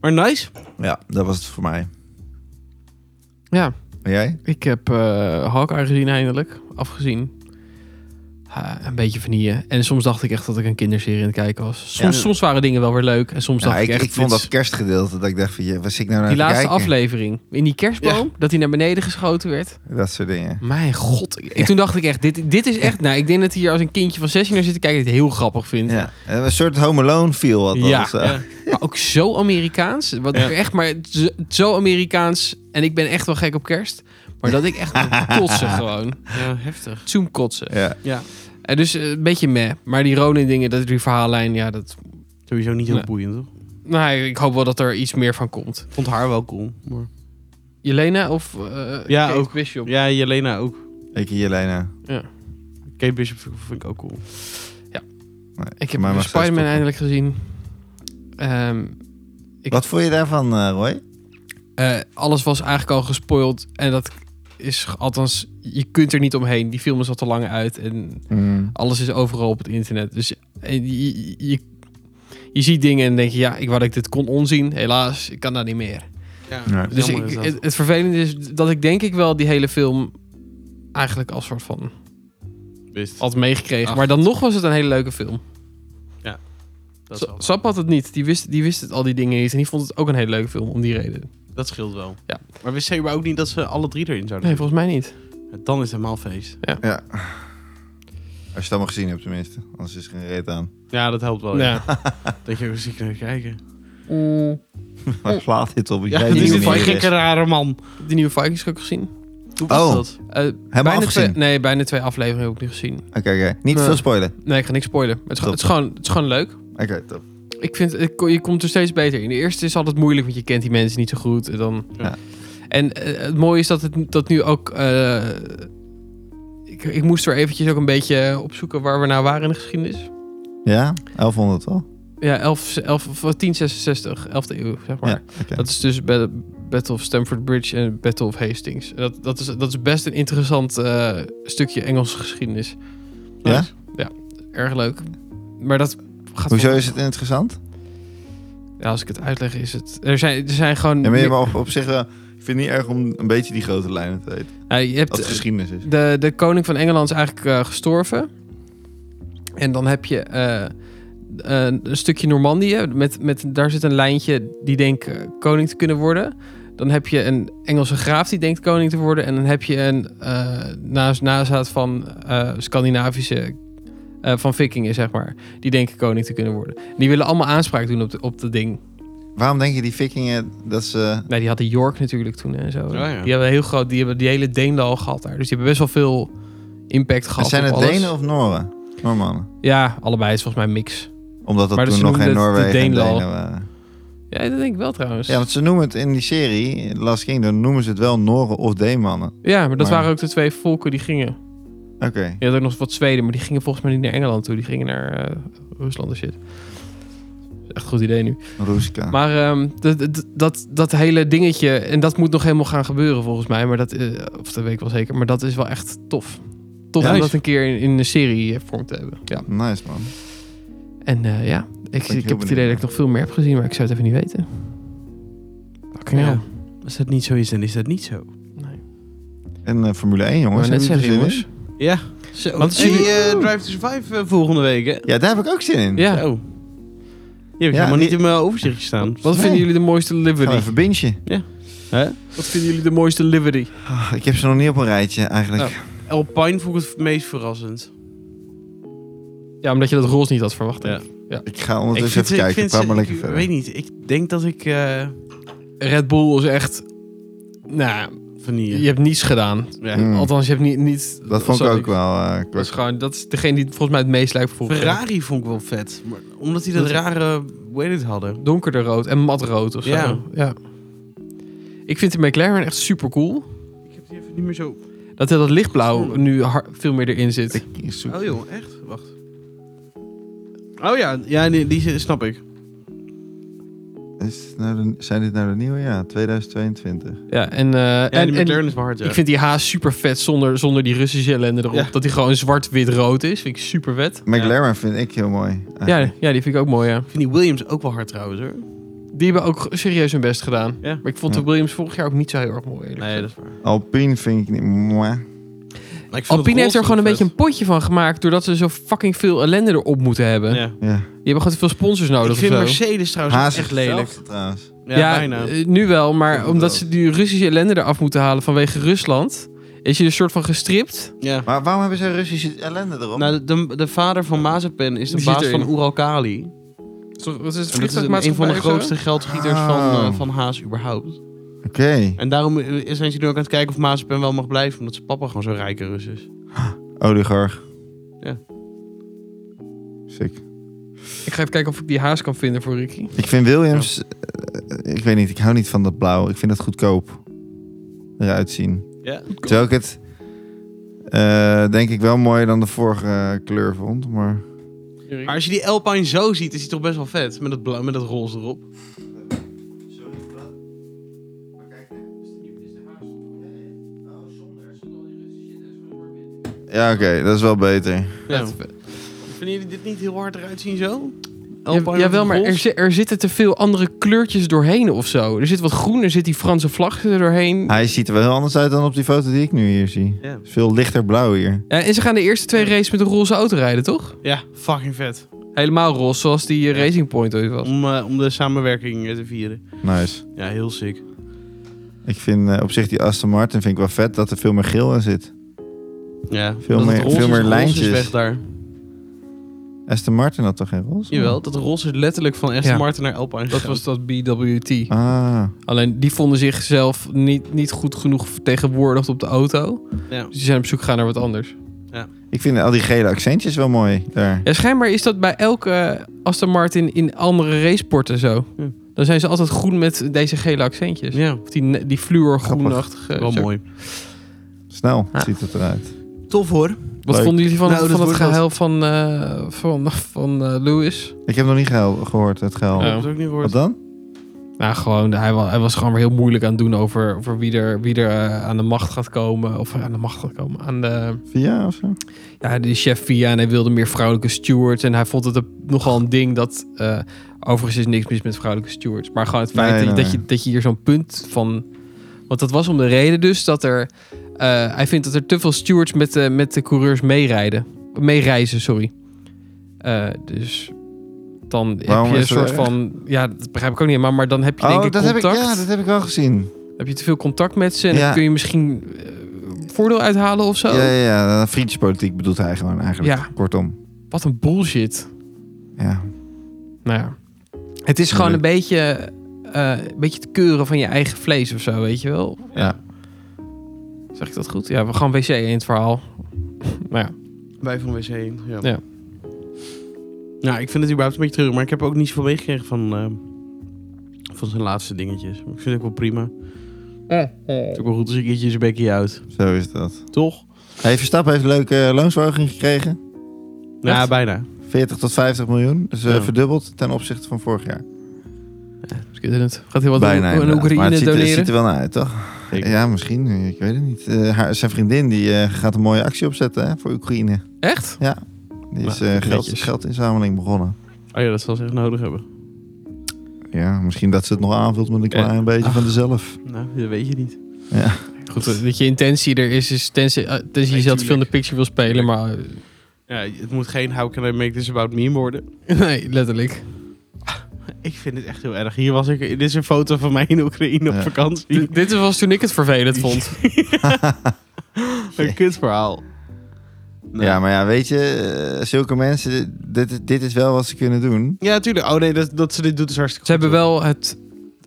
Maar nice. Ja, dat was het voor mij. Ja, En jij? ik heb eh Hawkeye gezien eindelijk. Afgezien. Ah, een beetje vernieuwen. En soms dacht ik echt dat ik een kinderserie aan het kijken was. Soms, Ja. soms waren dingen wel weer leuk. En soms Nou, dacht ik, ik, echt... ik vond dit dat is- kerstgedeelte dat ik dacht van, je, was ik nou naar die te laatste kijken? aflevering. In die kerstboom. Dat hij naar beneden geschoten werd. Dat soort dingen. Mijn god. Ik- Toen dacht ik echt, dit, dit is echt... Nou, ik denk dat hier als een kindje van 16 jaar zit te kijken... dit heel grappig vindt. Ja. Eh, Een soort Home Alone feel had dat. Ja. of zo. Ja. Maar ook zo Amerikaans. Wat Ja. ik echt maar zo- zo Amerikaans. En ik ben echt wel gek op kerst. Maar dat ik echt *laughs* wil kotsen gewoon. Ja, heftig. Zoom kotsen. Ja. Ja. En dus eh, een beetje meh. Maar die Ronin dingen, dat die verhaallijn, ja dat... Sowieso niet heel Nee. boeiend, toch? Nou, ik hoop wel dat er iets meer van komt. Vond haar wel cool. Maar... Jelena of eh Ja, Kate ook. Bishop? Ja, Jelena ook. Ik en Jelena. Kate Bishop vind ik- vind ik ook cool. Ik heb Maar mag zij Spider-Man stoppen? eindelijk gezien. Ehm, Ik- Wat vond je daarvan, eh, Roy? eh, alles was eigenlijk al gespoild. En dat is althans... Je kunt er niet omheen. Die film is al te lang uit. En Alles is overal op het internet. Dus eh, je, je, je, je ziet dingen en denk je, ja, ik wou dat ik dit kon onzien. Helaas, ik kan dat niet meer. Ja. Ja. Dus Jammer ik, is dat. het, het vervelende is dat ik denk ik wel die hele film eigenlijk als soort van Wist. had meegekregen. Ach. Maar dan nog was het een hele leuke film. Dat, Sa- zal- Sap had het niet. Die wist, die wist het, al die dingen niet. En die vond het ook een hele leuke film om die reden. dat scheelt wel. Ja. Maar wist zij überhaupt niet dat ze alle drie erin zouden Nee, volgens mij niet. zitten? Dan is het helemaal feest. Ja. Als je het allemaal gezien hebt tenminste. Anders is er geen reet aan. *laughs* Ja, dat helpt wel. Ja. ja. *laughs* Dat je ook ziek naar kijken. Oh. Waar slaat dit op? Ik Ja, weet die niet is een meer. gekke rare man. Die nieuwe Vikings ook gezien. Hoe was Oh. dat? Eh, Helemaal bijna twee, afgezien? nee, bijna twee afleveringen heb ik nu gezien. Oké, oké. Niet Nee. veel spoilen. Nee, ik ga niks spoilen. Het is, Top. het is, gewoon, het is gewoon leuk. Oké, top. Ik vind, het- je komt er steeds beter in. De eerste is altijd moeilijk, want je kent die mensen niet zo goed. En, dan... Ja. en eh, het mooie is dat, het, dat nu ook... eh, ik, ik moest er eventjes ook een beetje opzoeken waar we nou waren in de geschiedenis. Ja? 1100 wel? Ja, 11, 11, of eh, 1066, 11e eeuw, zeg maar. Ja, oké. Dat is dus bij Battle of Stamford Bridge en Battle of Hastings. En Dat, dat, is, dat is best een interessant eh, stukje Engelse geschiedenis. Ja? Ja. erg leuk. Maar dat gaat... Hoezo wel- is het interessant? Ja, als ik het uitleg is het... Er zijn, er zijn gewoon... Ja, maar je meer- mag op, op zich wel... Ik vind het niet erg om een beetje die grote lijnen te weten. Ja, je Als het hebt, geschiedenis is. de, de koning van Engeland is eigenlijk eh, gestorven. En dan heb je eh, een, een stukje Normandië. Met, met, daar zit een lijntje die denkt eh, koning te kunnen worden. Dan heb je een Engelse graaf die denkt koning te worden. En dan heb je een eh naast, nazaat van eh, Scandinavische... eh, van vikingen, zeg maar. Die denken koning te kunnen worden. Die willen allemaal aanspraak doen op, de, op dat ding. Waarom denk je die vikingen dat ze... Nou, die hadden York natuurlijk toen en zo. ja. Die hebben heel groot, die hebben die hele Deenlal gehad daar. Dus die hebben best wel veel impact gehad. zijn op het alles. Denen of Noren? Noormannen. Ja, allebei is volgens mij een mix. Omdat dat Maar toen ze nog noemden geen het de Noorwegen en Deenlal. Denen waren. Ja, dat denk ik wel trouwens. Ja, Ja, want ze noemen het in die serie, Last Kingdom, noemen ze het wel Noren of Deenmannen. maar dat Maar- waren ook de twee volken die gingen. Oké. Je had ook nog wat Zweden, maar die gingen volgens mij niet naar Engeland toe. Die gingen naar eh, Rusland en shit. Echt een goed idee nu. Roeska. Maar ehm, dat- dat- dat, dat hele dingetje, en dat moet nog helemaal gaan gebeuren volgens mij. Maar dat, eh, of dat weet ik wel zeker, maar dat is wel echt tof. Tof Ja, om nice. dat een keer in, in een serie eh, vorm te hebben. Ja. Nice man. En eh, ja, ik, heel ik heb het idee benieuwd. dat ik nog veel meer heb gezien, maar ik zou het even niet weten. Fucking Ja. hell. Als dat niet zo is, dan is dat niet zo. Nee. En eh, Formule 1 jongens. Maar net hebben zeggen, jullie er jongens. zin in? Ja. Zo. Wat is Hey, jullie- eh, Drive to Survive eh, volgende week, hè? Ja, daar heb ik ook zin in. Ja. Zo. Die heb ik Ja, helemaal niet die- in mijn overzichtje staan. Wat Nee. vinden jullie de mooiste Gaan we livery? even bintje. Hè? Wat vinden jullie de mooiste livery? Ah, ik heb ze nog niet op een rijtje eigenlijk. Alpine vond ik het meest verrassend. Ja, omdat je dat roze niet had verwacht. denk ik. Ik ga ondertussen even ze- kijken. vind Praat ze- maar lekker ik verder. weet niet. Ik denk dat ik eh Red Bull is echt... Nou, vanille. je hebt niets gedaan. eh, Ja. Mm. Althans, je hebt niet... niet Dat vond ik sorry. ook wel. eh, kwak. Dat is, gewoon, dat is degene die volgens mij het meest lijkt voor Ferrari vond ik wel vet. Maar omdat die dat Dat- rare... Hoe heet het hadden? Donkerder rood en matrood of zo. Ja. ja. Ik vind de McLaren echt super cool. Ik heb die even niet meer zo... Dat er dat lichtblauw nu har- veel meer erin zit. Ik zoek- Oh joh, echt? Wacht. Oh ja, ja die, die snap ik. Is dit nou de- zijn dit nou de nieuwe? Ja, 2022. Ja, en, eh, Ja, en, die en McLaren is wel hard, ja. ik vind die haas super vet zonder, zonder die Russische ellende erop. Ja. Dat die gewoon zwart-wit-rood is. Vind ik super vet. McLaren vind ik heel mooi. Eh, Ja, eigenlijk. ja, die vind ik ook mooi, ja. Ik vind die Williams ook wel hard trouwens, hoor. Die hebben ook serieus hun best gedaan. Ja. Maar ik vond Ja. de Williams vorig jaar ook niet zo heel erg mooi. Nee, dat is waar. Alpine vind ik niet. Mwah. Maar ik vond het Alpine heeft er roze gewoon een vet. beetje een potje van gemaakt... doordat ze zo fucking veel ellende erop moeten hebben. Ja. Ja. Die hebben gewoon te veel sponsors nodig Ik vind of zo. Mercedes trouwens Haas echt lelijk. trouwens. Ja, bijna. eh, nu wel, Ik maar vond omdat het ze die Russische ellende eraf moeten halen vanwege Rusland... is je een soort van gestript. Ja. Maar waarom hebben ze Russische ellende erop? Nou, de, de, de vader van Mazepen is de Die baas zit erin. van Uralkali. Wat is het En dat is een, een van de grootste geldschieters van, Ah. eh, van Haas überhaupt. Oké. En daarom eh, zijn ze nu ook aan het kijken of Mazepen wel mag blijven. Omdat zijn papa gewoon zo'n rijke Rus is. Oh, Oligarch. Ja. Sick. Ik ga even kijken of ik die haas kan vinden voor Ricky. Ik vind Williams... eh, ik weet niet, ik hou niet van dat blauw. Ik vind het goedkoop eruit zien. Ja. Terwijl ik het eh, denk ik wel mooier dan de vorige eh, kleur vond. Maar Maar als je die Alpine zo ziet, is die toch best wel vet. Met dat, blauw, met dat roze erop. ja, oké, dat is wel beter. Ja. Ja. Vinden jullie dit niet heel hard eruit zien zo? Ja, Alpine jawel, met maar er, roze? zi- er zitten te veel andere kleurtjes doorheen of zo. Er zit wat groen, er zit die Franse vlag er doorheen. Hij ziet er wel heel anders uit dan op die foto die ik nu hier zie. Ja. Het is veel lichter blauw hier. Ja, Eh, en ze gaan de eerste twee races met een roze auto rijden, toch? Ja, fucking vet. Helemaal roze, zoals die eh, Racing Point ooit was. Om, eh, om de samenwerking eh, te vieren. Nice. Ja, heel sick. Ik vind eh, op zich die Aston Martin vind ik wel vet dat er veel meer geel in zit. Ja. Veel Dat het meer- roze veel meer is- roze lijntjes. is weg daar. Aston Martin had toch geen roze? Jawel, dat roze is letterlijk van Aston Ja. Martin naar Alpine Dat gegaan. was dat BWT. Ah, Alleen die vonden zichzelf niet, niet goed genoeg vertegenwoordigd op de auto. Ja. Dus die zijn op zoek gegaan naar wat anders. ik vind al die gele accentjes wel mooi daar. Ja, schijnbaar is dat bij elke eh, Aston Martin in andere raceporten zo. Ja. Dan zijn ze altijd groen met deze gele accentjes. Ja, Of die, ne- die fluorgroenachtige. wel zo. mooi. Snel Ja. ziet het eruit. Tof hoor. Wat Leuk. vonden jullie van, Nou, van dat het wordt wat. gehuil van, eh, van, van eh, Lewis? Ik heb nog niet gehuil- gehoord, het gehuil. Dat Ja. heb ik ook niet Wat gehoord. dan? Nou, gewoon, hij was, hij was gewoon weer heel moeilijk aan het doen over, over wie er, wie er eh, aan de macht gaat komen. Of eh, aan de macht gaat komen. Aan de, Via of zo? ja, de chef via. En hij wilde meer vrouwelijke stewards. En hij vond het een- nogal een ding dat. eh, overigens is niks mis met vrouwelijke stewards. Maar gewoon het feit Nee, dat, je- nee, dat, nee. je, dat je hier zo'n punt van. Want dat was om de reden dus dat er. eh, hij vindt dat er te veel stewards met de, met de coureurs meerijden. Meereizen, sorry. Eh, dus. Dan Waarom heb je is een soort er- van. Ja, dat begrijp ik ook niet. Maar, maar dan heb je denk Oh, ik dat heb ik, contact. ja, dat heb ik wel gezien. Heb je te veel contact met ze en Ja. dan kun je misschien eh, voordeel uithalen of zo? Ja, ja, ja, vriendjespolitiek bedoelt hij gewoon eigenlijk. Ja. Kortom. Wat een bullshit. Ja. Nou ja. Het is gewoon een beetje, eh, een beetje te keuren van je eigen vlees of zo, weet je wel? Ja. Zeg ik dat goed? Ja, we gaan wc in het verhaal. nou ja. Wij van WC heen. Ja. Ja. Ja, ik vind het überhaupt een beetje terug, maar ik heb ook niet zoveel meegekregen van, eh, van zijn laatste dingetjes. Ik vind het ook wel prima. Het Mm-hmm. is ook wel goed als ik ietsje zijn bekje uit. Zo is dat. Toch? Hey, Verstappen heeft een leuke eh, loonsverhoging gekregen. Ja, Echt? bijna. 40 tot 50 miljoen. Dus eh, Ja. verdubbeld ten opzichte van vorig jaar. Ik weet het niet. Gaat heel wat Bijna aan inderdaad. Maar het Oekraïne ziet, er- het ziet doneren. er wel naar uit, toch? Zeker. Ja, misschien. Ik weet het niet. Eh, haar, zijn vriendin die, eh, gaat een mooie actie opzetten hè, voor Oekraïne. Echt? Die is Nou, eh, netjes. geld, geldinzameling begonnen. Oh ja, dat zal ze echt nodig hebben. Ja, misschien dat ze het nog aanvult met een Eh, klein beetje van dezelf. Nou, dat weet je niet. Goed, eh, dat je intentie er is, is tenzij, eh, tenzij je zelf veel in de picture wil spelen, maar... Ja, het moet geen how can I make this about me worden. eh, *laughs* nee, letterlijk. Ik vind het echt heel erg. Hier was ik, dit is een foto van mij in Oekraïne op Ja. vakantie. D- dit was toen ik het vervelend vond. Een kut verhaal. Nee. Ja, maar ja, weet je, eh, zulke mensen, dit, dit is wel wat ze kunnen doen. Ja, tuurlijk. Oh nee, dat, dat ze dit doet is hartstikke Ze hebben wel het,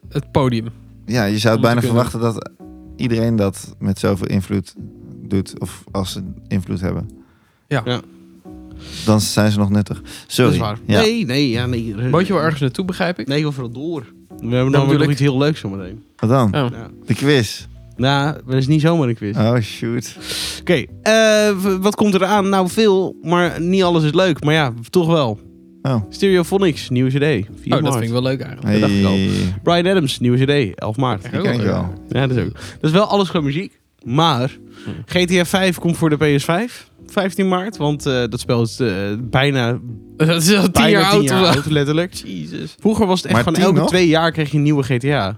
het podium. Ja, je zou het Om bijna te kunnen. verwachten dat iedereen dat met zoveel invloed doet. Of als ze invloed hebben. Ja. Ja. Dan zijn ze nog nuttig. Dat Sorry. is waar. Ja. Nee, nee, ja, nee. Bootje wel ergens naartoe, begrijp ik. Nee, we vooral door. We hebben bedoel dan weer nog ik. iets heel leuks zometeen. Wat dan? Oh. Ja. De quiz. Nou, dat is niet zomaar een quiz. Oh, shoot. Oké, eh, w- wat komt eraan? Nou, veel, maar niet alles is leuk. Maar ja, toch wel. Oh. Stereophonics, nieuwe CD. 4 Oh, dat maart. vind ik wel leuk eigenlijk. Oh, dat dacht ik al. Hey. Brian Adams, nieuwe CD, 11 maart. Echt Die ken ik wel. Ja, dat is ook. Dat is wel alles qua muziek. Maar GTA 5 komt voor de PS5. 15 maart, want eh, dat spel is eh, bijna, *laughs* Dat is al tien bijna jaar oud. tien jaar of- oud, letterlijk. Jezus. Vroeger was het echt Maar van tien elke nog? twee jaar kreeg je een nieuwe GTA.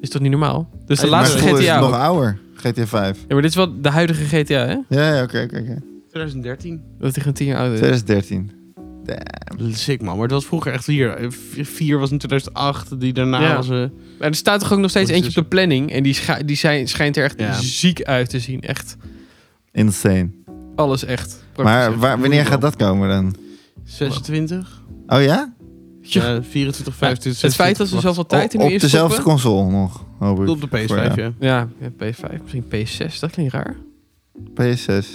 Is toch niet normaal? Dus de Hey, laatste maar vroeger is GTA. het nog ook. ouder. GTA 5. Ja, maar dit is wel de huidige GTA, hè? Ja, ja, oké, oké. oké. 2013. Dat hij gewoon tien jaar oud is. 2013. Sick man, maar het was vroeger echt hier. 4 was in 2008, die daarna Ja. was... eh, Maar er staat toch ook nog steeds Moet je eentje op de planning. En die, scha- die zijn, schijnt er echt Ja. ziek uit te zien. Echt. Insane. Alles echt. eh, Maar waar- wanneer gaat dat komen dan? 26? Oh ja? Ja. Ja, 24, 25, Het feit dat ze 26, zoveel tijd in O- nu op eerst dezelfde stoppen? console nog, hoop ik. Op de PS5, ja. Ja, ja, PS5, misschien PS6. Dat klinkt raar. PS6.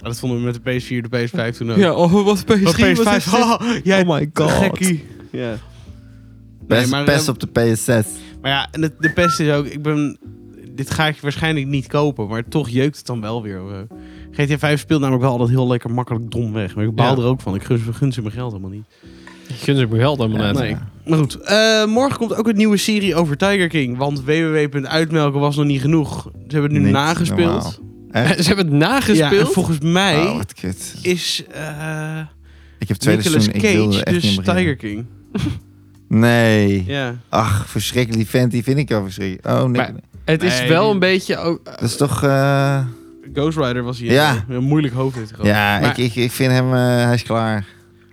Ja, Dat vonden we met de PS4, de PS5 toen ook. Ja, oh, wat PS5. Wat PS5, was dit? *laughs* oh, jij oh my god. gekkie. Ja. Best, maar, best eh, op de PS6. Maar ja, en het- de pest is ook... Ik ben, dit ga ik waarschijnlijk niet kopen, maar toch jeukt het dan wel weer. Eh, GTA 5 speelt namelijk wel altijd heel lekker makkelijk dom weg. Maar ik baal Ja. er ook van. Ik gun, ze- gun ze mijn geld helemaal niet. Je kunt het me wel dan Ja, maar nee. Maar goed, eh, morgen komt ook een nieuwe serie over Tiger King. Want www.uitmelken was nog niet genoeg. Ze hebben het nu Niet nagespeeld. normaal. Ze hebben het Ja, en nagespeeld. volgens mij Oh, wat kut. is eh Ik heb tweede Nicolas seizoen, ik wilde Cage er echt dus niet aan beginnen. Tiger King. Nee. Ja. Ach, verschrikkelijk. Die vent, die vind ik al verschrikkelijk. Oh, nee. Maar- het is Nee, wel die- een beetje... ook- Dat is toch... eh, Ghost Rider was hier. Ja. Een moeilijk hoofd. ja, Maar- ik, ik, ik vind hem... eh, hij is klaar.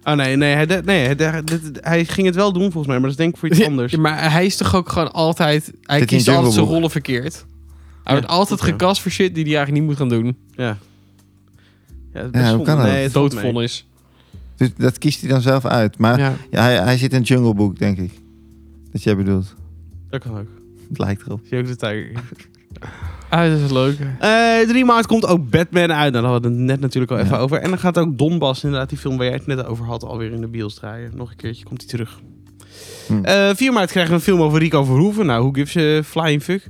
Oh nee, nee, hij, de- nee hij, de- dit- hij ging het wel doen volgens mij, maar dat is denk ik voor iets Ja, anders. ja, maar hij is toch ook gewoon altijd... Hij Zit in kiest Jungle altijd zijn Book. rollen Ja, verkeerd. Hij wordt altijd dat, ja. gekast voor shit die hij eigenlijk niet moet gaan doen. Ja, dat Ja, hoe kan dat? Nee, het valt mee. Doodvonnis. Dus dat kiest hij dan zelf uit. Maar Ja. ja, hij, hij zit in Jungle Book, denk ik. Dat jij bedoelt. Dat kan ook. Het lijkt erop. Zie je ook de Tiger King. Ah, dat is leuk. Eh, 3 maart komt ook Batman uit. Nou, Daar hadden we het net natuurlijk al Ja. even over. En dan gaat ook Donbass, inderdaad, die film waar jij het net over had, alweer in de bios draaien. Nog een keertje komt die terug. Hm. Eh, 4 maart krijgen we een film over Rico Verhoeven. Nou, who gives a flying fuck?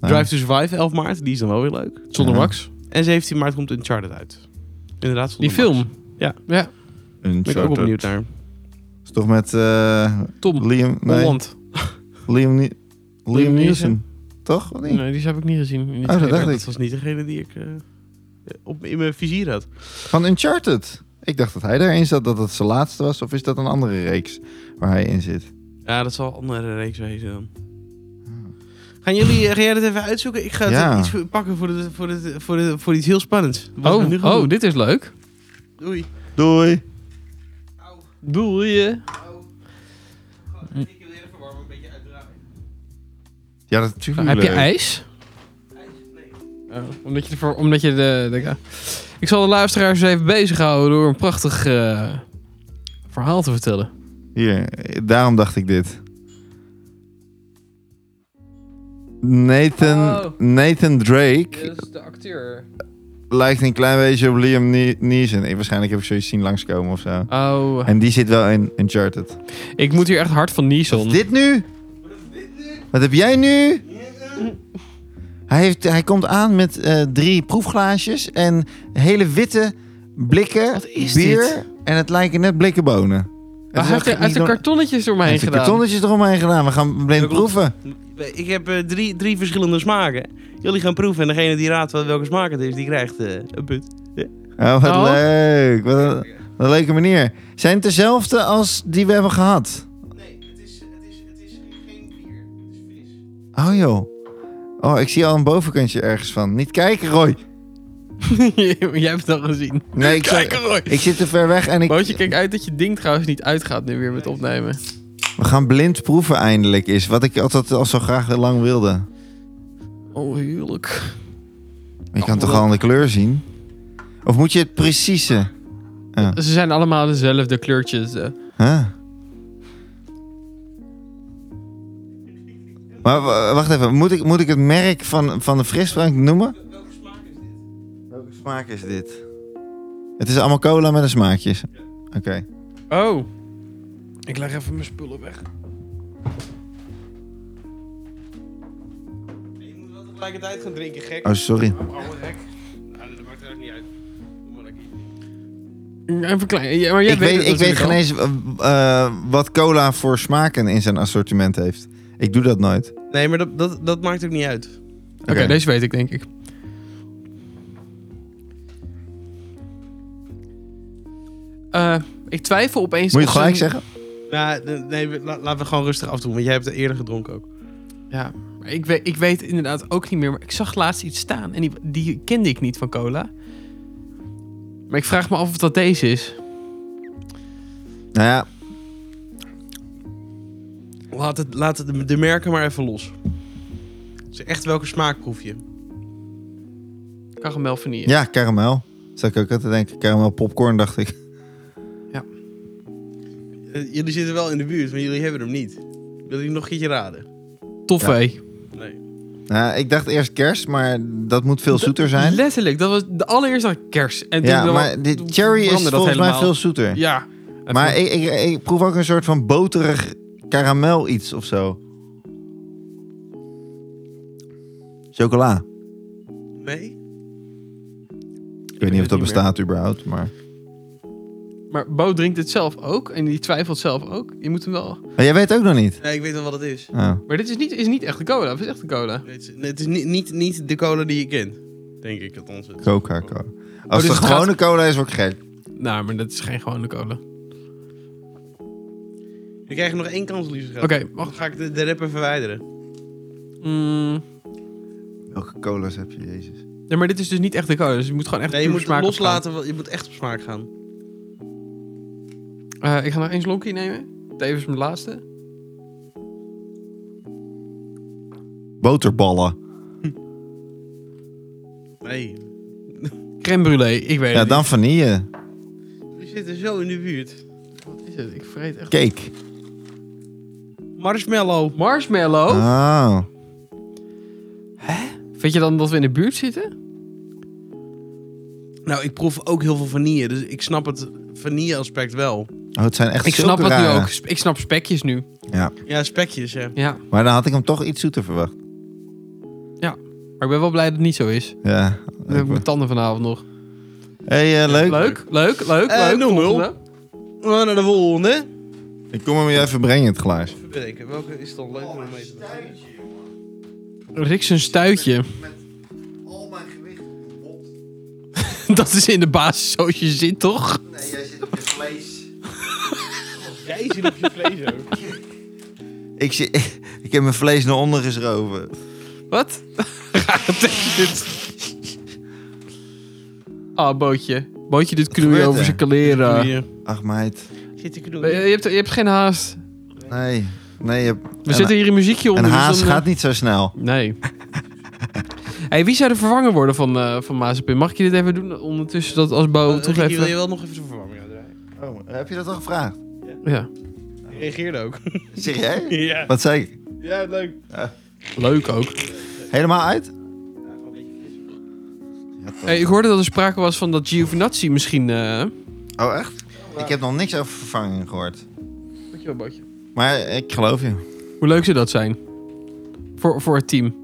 Nou, Drive to Survive, 11 maart. Die is dan wel weer leuk. Zonder Ja. Max. En 17 maart komt Uncharted uit. Inderdaad. zonder Die Max. film. Ja. ja. een Ben ik ook soort- opnieuw naar. Is toch met eh, Tom Liam... Nee. Holland. Liam, Ni- Liam Liam Neeson. Neeson. Toch? Of niet? Nee, die heb ik niet gezien. Niet Oh, dat gezien. dacht ik. Dat was niet degene die ik eh, op, in mijn vizier had. Van Uncharted. Ik dacht dat hij daarin zat, dat dat zijn laatste was. Of is dat een andere reeks waar hij in zit? Ja, dat zal een andere reeks wezen dan. Gaan jullie, eh, ga jij dat even uitzoeken? Ik ga het Ah. Ja. even iets voor- pakken voor, het- voor, het- voor, het- voor iets heel spannends. Wat we nu Oh, gaan oh, doen. dit is leuk. Doei. Doei. Doe je? Hm. Ik wil even warm een beetje uitdraaien. Ja, dat is Nou, natuurlijk heb je leuk. ijs? Oh, omdat je, ervoor, omdat je de, de- Ik zal de luisteraars even bezighouden door een prachtig eh, verhaal te vertellen. Hier, daarom dacht ik dit. Nathan, Oh. Nathan Drake is de acteur. lijkt een klein beetje op Liam Ne- Neeson. Ik, waarschijnlijk heb ik zoiets zien langskomen of zo. Oh, En die zit wel in Uncharted. ik moet hier echt hard van Wat Nison. is dit nu? Wat heb jij nu? Hij, heeft, hij komt aan met eh, drie proefglaasjes en hele witte blikken Wat is bier. dit? En het lijken net blikken bonen. Het is wel Hij heeft er- gek- hij heeft er niet- kartonnetjes door hij mij heen heeft er gedaan. kartonnetjes eromheen gedaan. We gaan blind Dat klopt. proeven. Ik heb eh, drie, drie verschillende smaken. Jullie gaan proeven en degene die raadt wel- welke smaak het is, die krijgt eh, een punt. Oh, wat Oh. leuk. Wat een, wat een leuke manier. Zijn het dezelfde als die we hebben gehad? Nee, het is, het is, het is geen bier. Het is vis. Oh joh. Oh, ik zie al een bovenkantje ergens van. Niet kijken, Roy. *laughs* Jij hebt het al gezien. Nee, ik, Kijk, Roy. ik zit te ver weg en ik... *laughs* Bootje, kijk uit dat je ding trouwens niet uitgaat nu weer met opnemen. We gaan blind proeven eindelijk is. Wat ik altijd al zo graag lang wilde. Maar Oh, heerlijk. je kan toch al aan de kleur zien? Of moet je het precieze? Ze zijn allemaal dezelfde kleurtjes. eh. Huh? Maar w- wacht even. Moet ik, moet ik het merk van, van de frisdrank noemen? Welke smaak is dit? Welke smaak is dit? Het is allemaal cola met een smaakje. Oké. Oh. Ik leg even mijn spullen weg. Je moet wel tegelijkertijd gaan drinken, gek. Oh, sorry. Oude gek. Nou, dat maakt er ook niet uit. Doe maar lekker. Even klein. Ja, maar jij ik weet, weet, het ik weet natuurlijk al. geen eens eh, eh, wat cola voor smaken in zijn assortiment heeft. Ik doe dat nooit. Nee, maar dat, dat, dat maakt ook niet uit. Oké, deze weet ik denk ik. Eh, ik twijfel opeens. Moet je het of ze- gelijk zeggen? Nou, de- nee, we- la- laten we gewoon rustig afdoen, want jij hebt het eerder gedronken ook. Ja, maar ik weet, ik weet inderdaad ook niet meer. Maar ik zag laatst iets staan en die, die kende ik niet van cola. Maar ik vraag me af of dat deze is. Nou ja, Laat, het, laat het, de- de merken maar even los. Dus echt welke smaak proef je? Karamel vanille. ja, karamel. Zou ik ook altijd denken. Karamel popcorn, dacht ik. *laughs* Eh, jullie zitten wel in de buurt, maar jullie hebben hem niet. Wil jullie nog een keertje raden? Toffee. Nee. Nou, ik dacht eerst kerst, maar dat moet veel zoeter zijn. Letterlijk, dat was de allereerste kers. En toen Ja, dan- maar die cherry is veranderde dat volgens mij helemaal. veel zoeter. Ja. Maar ik, ik, ik proef ook een soort van boterig karamel iets of zo. Chocola. Nee? Ik weet niet of het dat niet bestaat überhaupt, maar... Maar Bo drinkt het zelf ook en die twijfelt zelf ook. Je moet hem wel. Maar Oh, jij weet ook nog niet. Nee, ik weet wel wat het is. Oh. Maar dit is niet, is niet echt de cola. Of is echt de cola? Nee, Het is, nee, het is niet, niet, niet de cola die je kent. Denk ik althans. Het- Coca-Cola. Als het dus het een gaat- gewone cola is, word ik gek. Nou, maar dat is geen gewone cola. Oké, Je krijgt nog één kans, liefst. wacht. Dan ga ik de, de rapper verwijderen. Mm, Welke cola's heb je, Jezus? nee, maar dit is dus niet echt de cola. Dus je moet gewoon echt Nee, je puur moet smaak op loslaten, want je moet echt op smaak gaan. gaan. Eh, ik ga nog één slokje nemen. Tevens mijn laatste. Boterballen. Nee. Crème brulee, ik weet Ja, het dan vanille. We zitten zo in de buurt. niet. Wat is het? Ik vreet echt... Cake. Marshmallow. Marshmallow? Oh. Vind je dan dat we in de buurt zitten? Nou, ik proef ook heel veel vanille, dus ik snap het vanille aspect wel. Oh, het zijn echt Ik snap zulke het nu rare. ook. Sp- Ik snap spekjes nu. Ja, spekjes, ja. Ja. Maar dan had ik hem toch iets zoeter verwacht. Maar ik ben wel blij dat het niet zo is. Ja. Dan heb ik mijn tanden vanavond nog. hey, eh, leuk. Leuk, leuk, leuk, Eh, leuk. 0-0. Volgende. We gaan naar de volgende. Ik kom hem je even brengen, het glaasje. Even bedenken, welke is dan leuk om mee te beginnen? Rick zijn stuitje. *laughs* Met al mijn gewicht op mijn bot. Dat is in de basis zoals je zit, toch? Nee, jij zit op je vlees. Jij zit op je vlees ook. *laughs* Ik, zit, *laughs* ik heb mijn vlees naar onder geschoven. Wat? Raar tegen dit. *laughs* Ah, bootje. Bootje dit knoeien gebeurt over er? zijn kleren. Hier. Ach meid. Zit ik Eh, Je hebt, je hebt geen haast. Nee. Nee, je... We zetten hier een muziekje onder. En dus haas dan, eh, gaat niet zo snel. Nee. hey, wie zou er vervangen worden van, eh van Mazepin? Mag ik je dit even doen ondertussen? Dat als Bo toch Eh, Ricky, wil je even... wel nog even zijn verwarming uitdraaien? Oh, heb je dat al gevraagd? Ja. Je reageerde ook. Serieus? *laughs* ja. Wat zei ik? ja, leuk. Leuk ook. Helemaal uit? Hey, ik hoorde dat er sprake was van dat Giovinazzi misschien... eh Oh, echt? Ik heb nog niks over vervanging gehoord. Dankjewel, Bootje. Maar ik geloof je. Hoe leuk zou dat zijn? Voor, voor het team.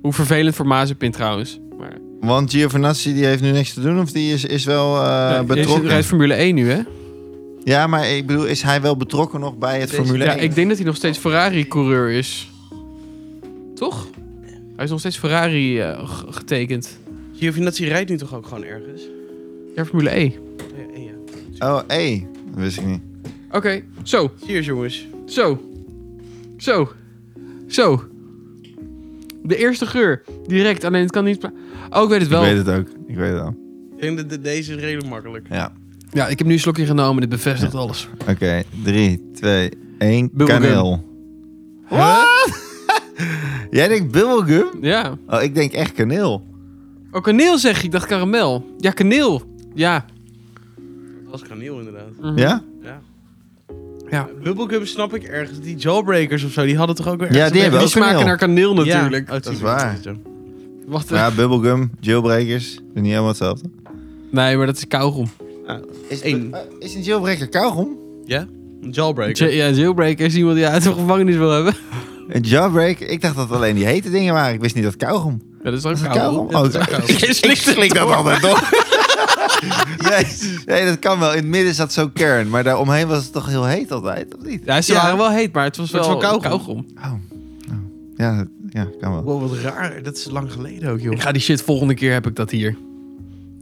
Hoe vervelend voor Mazepin trouwens. Maar, Want Giovinazzi die heeft nu niks te doen of die is, is wel eh, Ja, Hij betrokken? rijdt Formule 1 nu, hè? Ja, maar ik bedoel, is hij wel betrokken nog bij het Deze- Formule Ja, 1? ik denk dat hij nog steeds Ferrari-coureur is. Toch? Hij is nog steeds Ferrari eh, g- getekend. Giovinazzi rijdt nu toch ook gewoon ergens? Ja, Formule E. Ja, ja. Oh, hé. Dat wist ik niet. Oké, zo. Cheers jongens. Zo. Zo. Zo. De eerste geur. Direct. Alleen het kan niet... pla- Oh, ik weet het wel. Ik weet het ook. Ik weet het al. Ik denk dat de- deze is redelijk makkelijk. Ja. Ja, ik heb nu een slokje genomen. Dit bevestigt alles. Oké. Drie, twee, één. Bubblegum. Kaneel. Wat? *laughs* Jij denkt bubblegum? Ja. Oh, ik denk echt kaneel. Oh, kaneel zeg ik. Ik dacht karamel. Ja, kaneel. Ja. Dat was kaneel inderdaad. Hmm. Ja? Ja. Ja. Bubblegum snap ik ergens. Die jawbreakers of zo, die hadden toch ook weer Ja, ergens die een hebben Die ook smaken kaneel. naar kaneel beetje- Ja. natuurlijk. Oh, tuurlijk, waar. is zo. Wat Maar ja, bubblegum, jailbreakers. Is niet helemaal hetzelfde. Nee, maar dat is kauwgom. Is, eh, Eén. is een jailbreaker kauwgom? Ja? Een jawbreaker. Ja, jailbreaker is iemand die uit de gevangenis wil hebben. Een jawbreak? Ik dacht dat alleen die hete dingen waren. Ik wist niet dat kauwgom. Ja, dat is ook Dat is kauwgom? kauwgom. Oh, dat is kauwgom. *laughs* ik- ik Slik het slik dat altijd toch? Jezus. *laughs* Nee, dat kan wel. In het midden zat zo'n kern, maar daaromheen was het toch heel heet altijd, of niet? Ja, ze Ja. waren wel heet, maar het was Maar het wel is wel kauwgom. kauwgom. Oh. Oh. Ja, dat- ja, kan wel. Wow, wat raar. Dat is lang geleden ook, joh. Ik ga die shit volgende keer heb ik dat hier. ik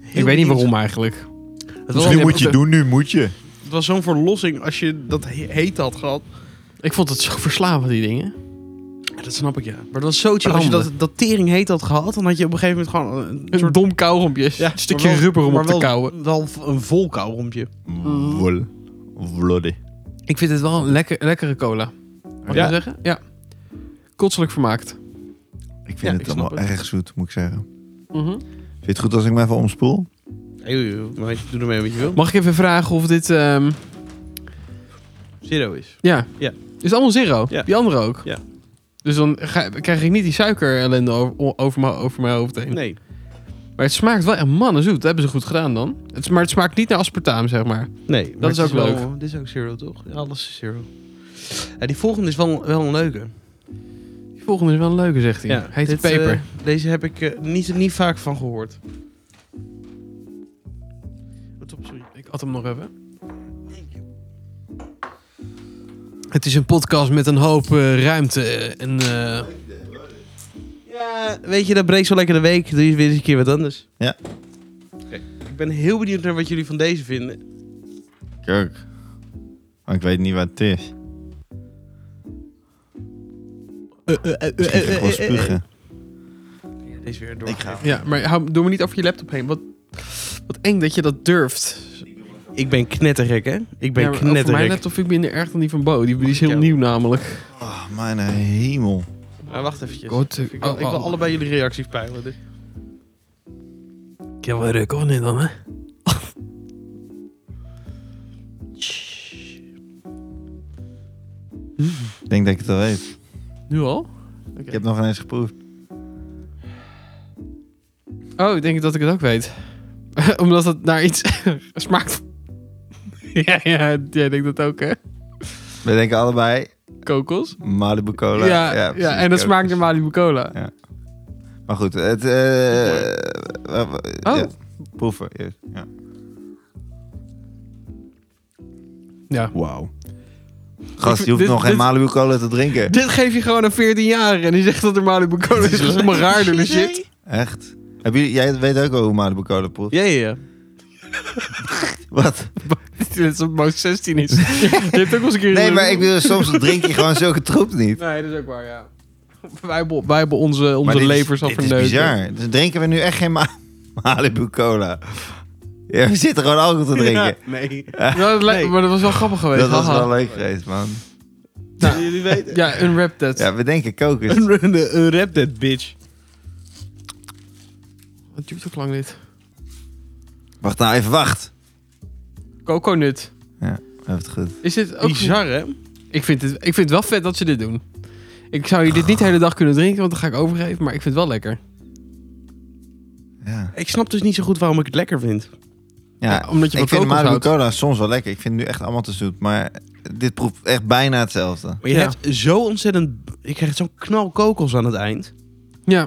weet niet benieuwd. waarom eigenlijk. Het was, al- je doen, nu moet je. het was zo'n verlossing als je dat he- heet had gehad. Ik vond het zo verslavend, die dingen. Ja, dat snap ik, ja. Maar dat was zo chill. Als je dat, Branden. dat tering heet had gehad, dan had je op een gegeven moment gewoon een Een soort... dom kauwgompje. Ja, een stukje maar wel- rubber om maar op te wel- kauwen. Wel v- een vol kauwrompje. Wol. Wloddy. Ik vind het wel een lekker, lekkere cola. Mag Ja. je zeggen? Ja. Kotselijk vermaakt. Ik vind Ja, het ik snap allemaal het. erg zoet, moet ik zeggen. Mhm. Vind je het goed als ik me even omspoel? Maar doe ermee wat je wil. Mag ik even vragen of dit... ehm, Zero is. ja. Ja. Is het allemaal zero? Ja. Die andere ook? Ja. Dus dan ga- krijg ik niet die suikerellende over, over, mijn- over mijn hoofd heen. Nee. Maar het smaakt wel echt mannenzoet. Dat hebben ze goed gedaan dan. Het, maar het smaakt niet naar aspartaam, zeg maar. Nee. maar is het ook leuk. wel- dit is ook zero, toch? Ja, alles is zero. Ja, die volgende is wel, wel een leuke. Die volgende is wel een leuke, zegt hij. Heet het dit, peper. eh, deze heb ik eh, niet, niet vaak van gehoord. Wat op, sorry. ik had hem nog even. Het is een podcast met een hoop eh, ruimte. En, eh, Ja, weet je, dat breekt zo lekker de week. Doe je weer eens een keer wat anders. Ja. Oké. Ik ben heel benieuwd naar wat jullie van deze vinden. Kijk. Maar ik weet niet wat het is. Eh, Misschien ga ik wel spugen. Deze weer door. Ik ga. ja, maar hou, doe me niet over je laptop heen. Wat, wat eng dat je dat durft. Ik ben knettergek, hè? Ik ben Ja, maar over Mijn knettergek. laptop vind ik minder erg dan die van Bo. Die, die is heel Ja. nieuw namelijk. Oh, mijn hemel. Maar wacht eventjes. God, eh, Ik wil, oh, ik wil oh. allebei jullie reacties peilen. Dus. Ik heb wel ruk, of niet dan, hè? Ik denk dat ik het al weet. Nu al? Ik heb nog ineens geproefd. Oh, ik denk dat ik het ook weet. *laughs* Omdat het naar iets *laughs* smaakt. ja, ja, jij denkt dat ook, hè? We denken allebei Kokos. Malibu Cola. ja, ja, precies, en dat ook. smaakt naar Malibu Cola. Maar goed, het... eh, eh, eh, Oh. ja, proeven eerst. Ja. Ja. Wauw. Gast, je hoeft Dit- nog geen dit- Malibu Cola te drinken. Dit geef je gewoon aan 14 jaar en die zegt dat er Malibu Cola *laughs* is. Dat is allemaal raar doen en shit. Echt. Heb je, jij weet ook wel hoe Malibu Cola proeft. Ja, ja, ja. Wat? *laughs* Dit is wat Moos *laughs* 16 is. Je hebt ook wel eens een keer... Nee, maar ik bedoel, soms drink je gewoon zulke troep niet. Nee, dat is ook waar, ja. Wij hebben, wij hebben onze, onze dit is- levers al dit is verneukt. bizar. Dus drinken we nu echt geen Ma- Malibu Cola. Ja, we zitten gewoon alcohol te drinken. nee. *laughs* Nou, dat lijkt- Maar dat was wel grappig geweest. Dat was haha. wel leuk geweest, man. Nou, jullie weten. Ja, unwrap that. Ja, we denken kokers. *laughs* Een, een rap that bitch. Het duurt ook lang dit. Wacht nou, even wacht. Coconut. We hebben het goed. Is dit ook... Bizar, hè? Ik vind, het, ik vind het wel vet dat ze dit doen. Ik zou je dit niet de hele dag kunnen drinken, want dan ga ik overgeven. Maar ik vind het wel lekker. Ja. Ik snap dus niet zo goed waarom ik het lekker vind. Ja, Ja, omdat je ik van vind kokos Malibu houdt. Cola soms wel lekker. Ik vind het nu echt allemaal te zoet. Maar dit proeft echt bijna hetzelfde. Maar je Ja. hebt zo ontzettend... Ik krijg zo'n knal kokos aan het eind. *laughs* Ja.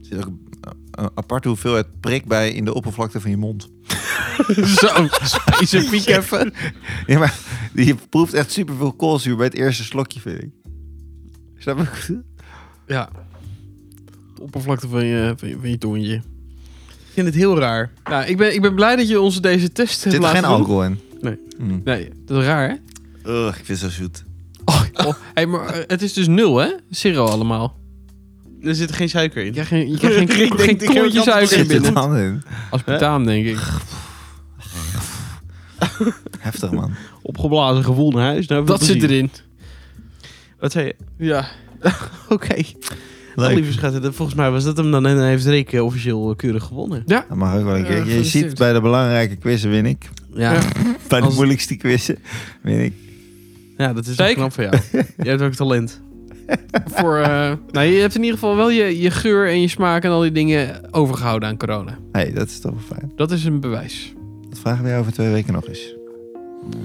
Er zit ook een, een aparte hoeveelheid prik bij in de oppervlakte van je mond. *laughs* Zo, specifiek even. Ja, maar je proeft echt superveel koolzuur bij het eerste slokje, vind ik. Snap je wat ik bedoel? Ja. De oppervlakte van je, van je, van je tongetje. Ik vind het heel raar. Nou, ik ben, ik ben blij dat je ons deze test Er hebt zit er laten geen doen. alcohol in. Nee. Mm. Nee, dat is raar, hè? Ugh, ik vind het zo zoet. Oh, oh. Hey, maar eh, het is dus nul, hè? Zero allemaal. Er zit geen suiker in. Je krijgt geen, je *laughs* krijgt geen, Ik denk- geen ik heb klontje het al suiker gezien. Zit er binnen. dan in? Als betaam, denk ik. Heftig, man. Opgeblazen gevoel naar huis. Nou, veel Dat zit plezier. erin. Wat zei je? *laughs* Ja. Oké. Oh, Lieve schatten, dat- volgens mij was dat hem dan. En dan heeft Rick eh, officieel eh, keurig gewonnen. Dat mag ook wel een Eh, keer. Je gefeliciteerd. ziet bij de belangrijke quizzen win ik. Ja, ja. Bij de Als- moeilijkste quizzen win ik. dat is Zeker. wel knap van jou. Jij hebt ook talent. Voor, eh, nou, je hebt in ieder geval wel je, je geur en je smaak en al die dingen overgehouden aan corona. hey, dat is toch wel fijn. Dat is een bewijs. Dat vragen we jou over twee weken nog eens.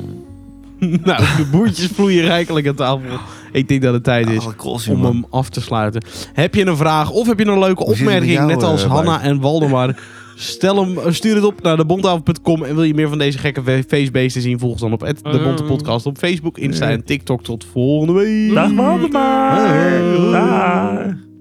*laughs* nou, de boertjes vloeien rijkelijk aan tafel. Ik denk dat het tijd is. Alle koolzuur, om man. hem af te sluiten. Heb je een vraag of heb je een leuke Hoe zit het met opmerking, jou, net als eh, Bart? Hanna en Waldemar? Stel hem, eh, stuur het op naar debondenavond.com en wil je meer van deze gekke we- feestbeesten zien? Volg ons dan op het de Bonte Podcast op Facebook, Insta en TikTok. Tot volgende week. Dag Waldemar. Hey. Dag.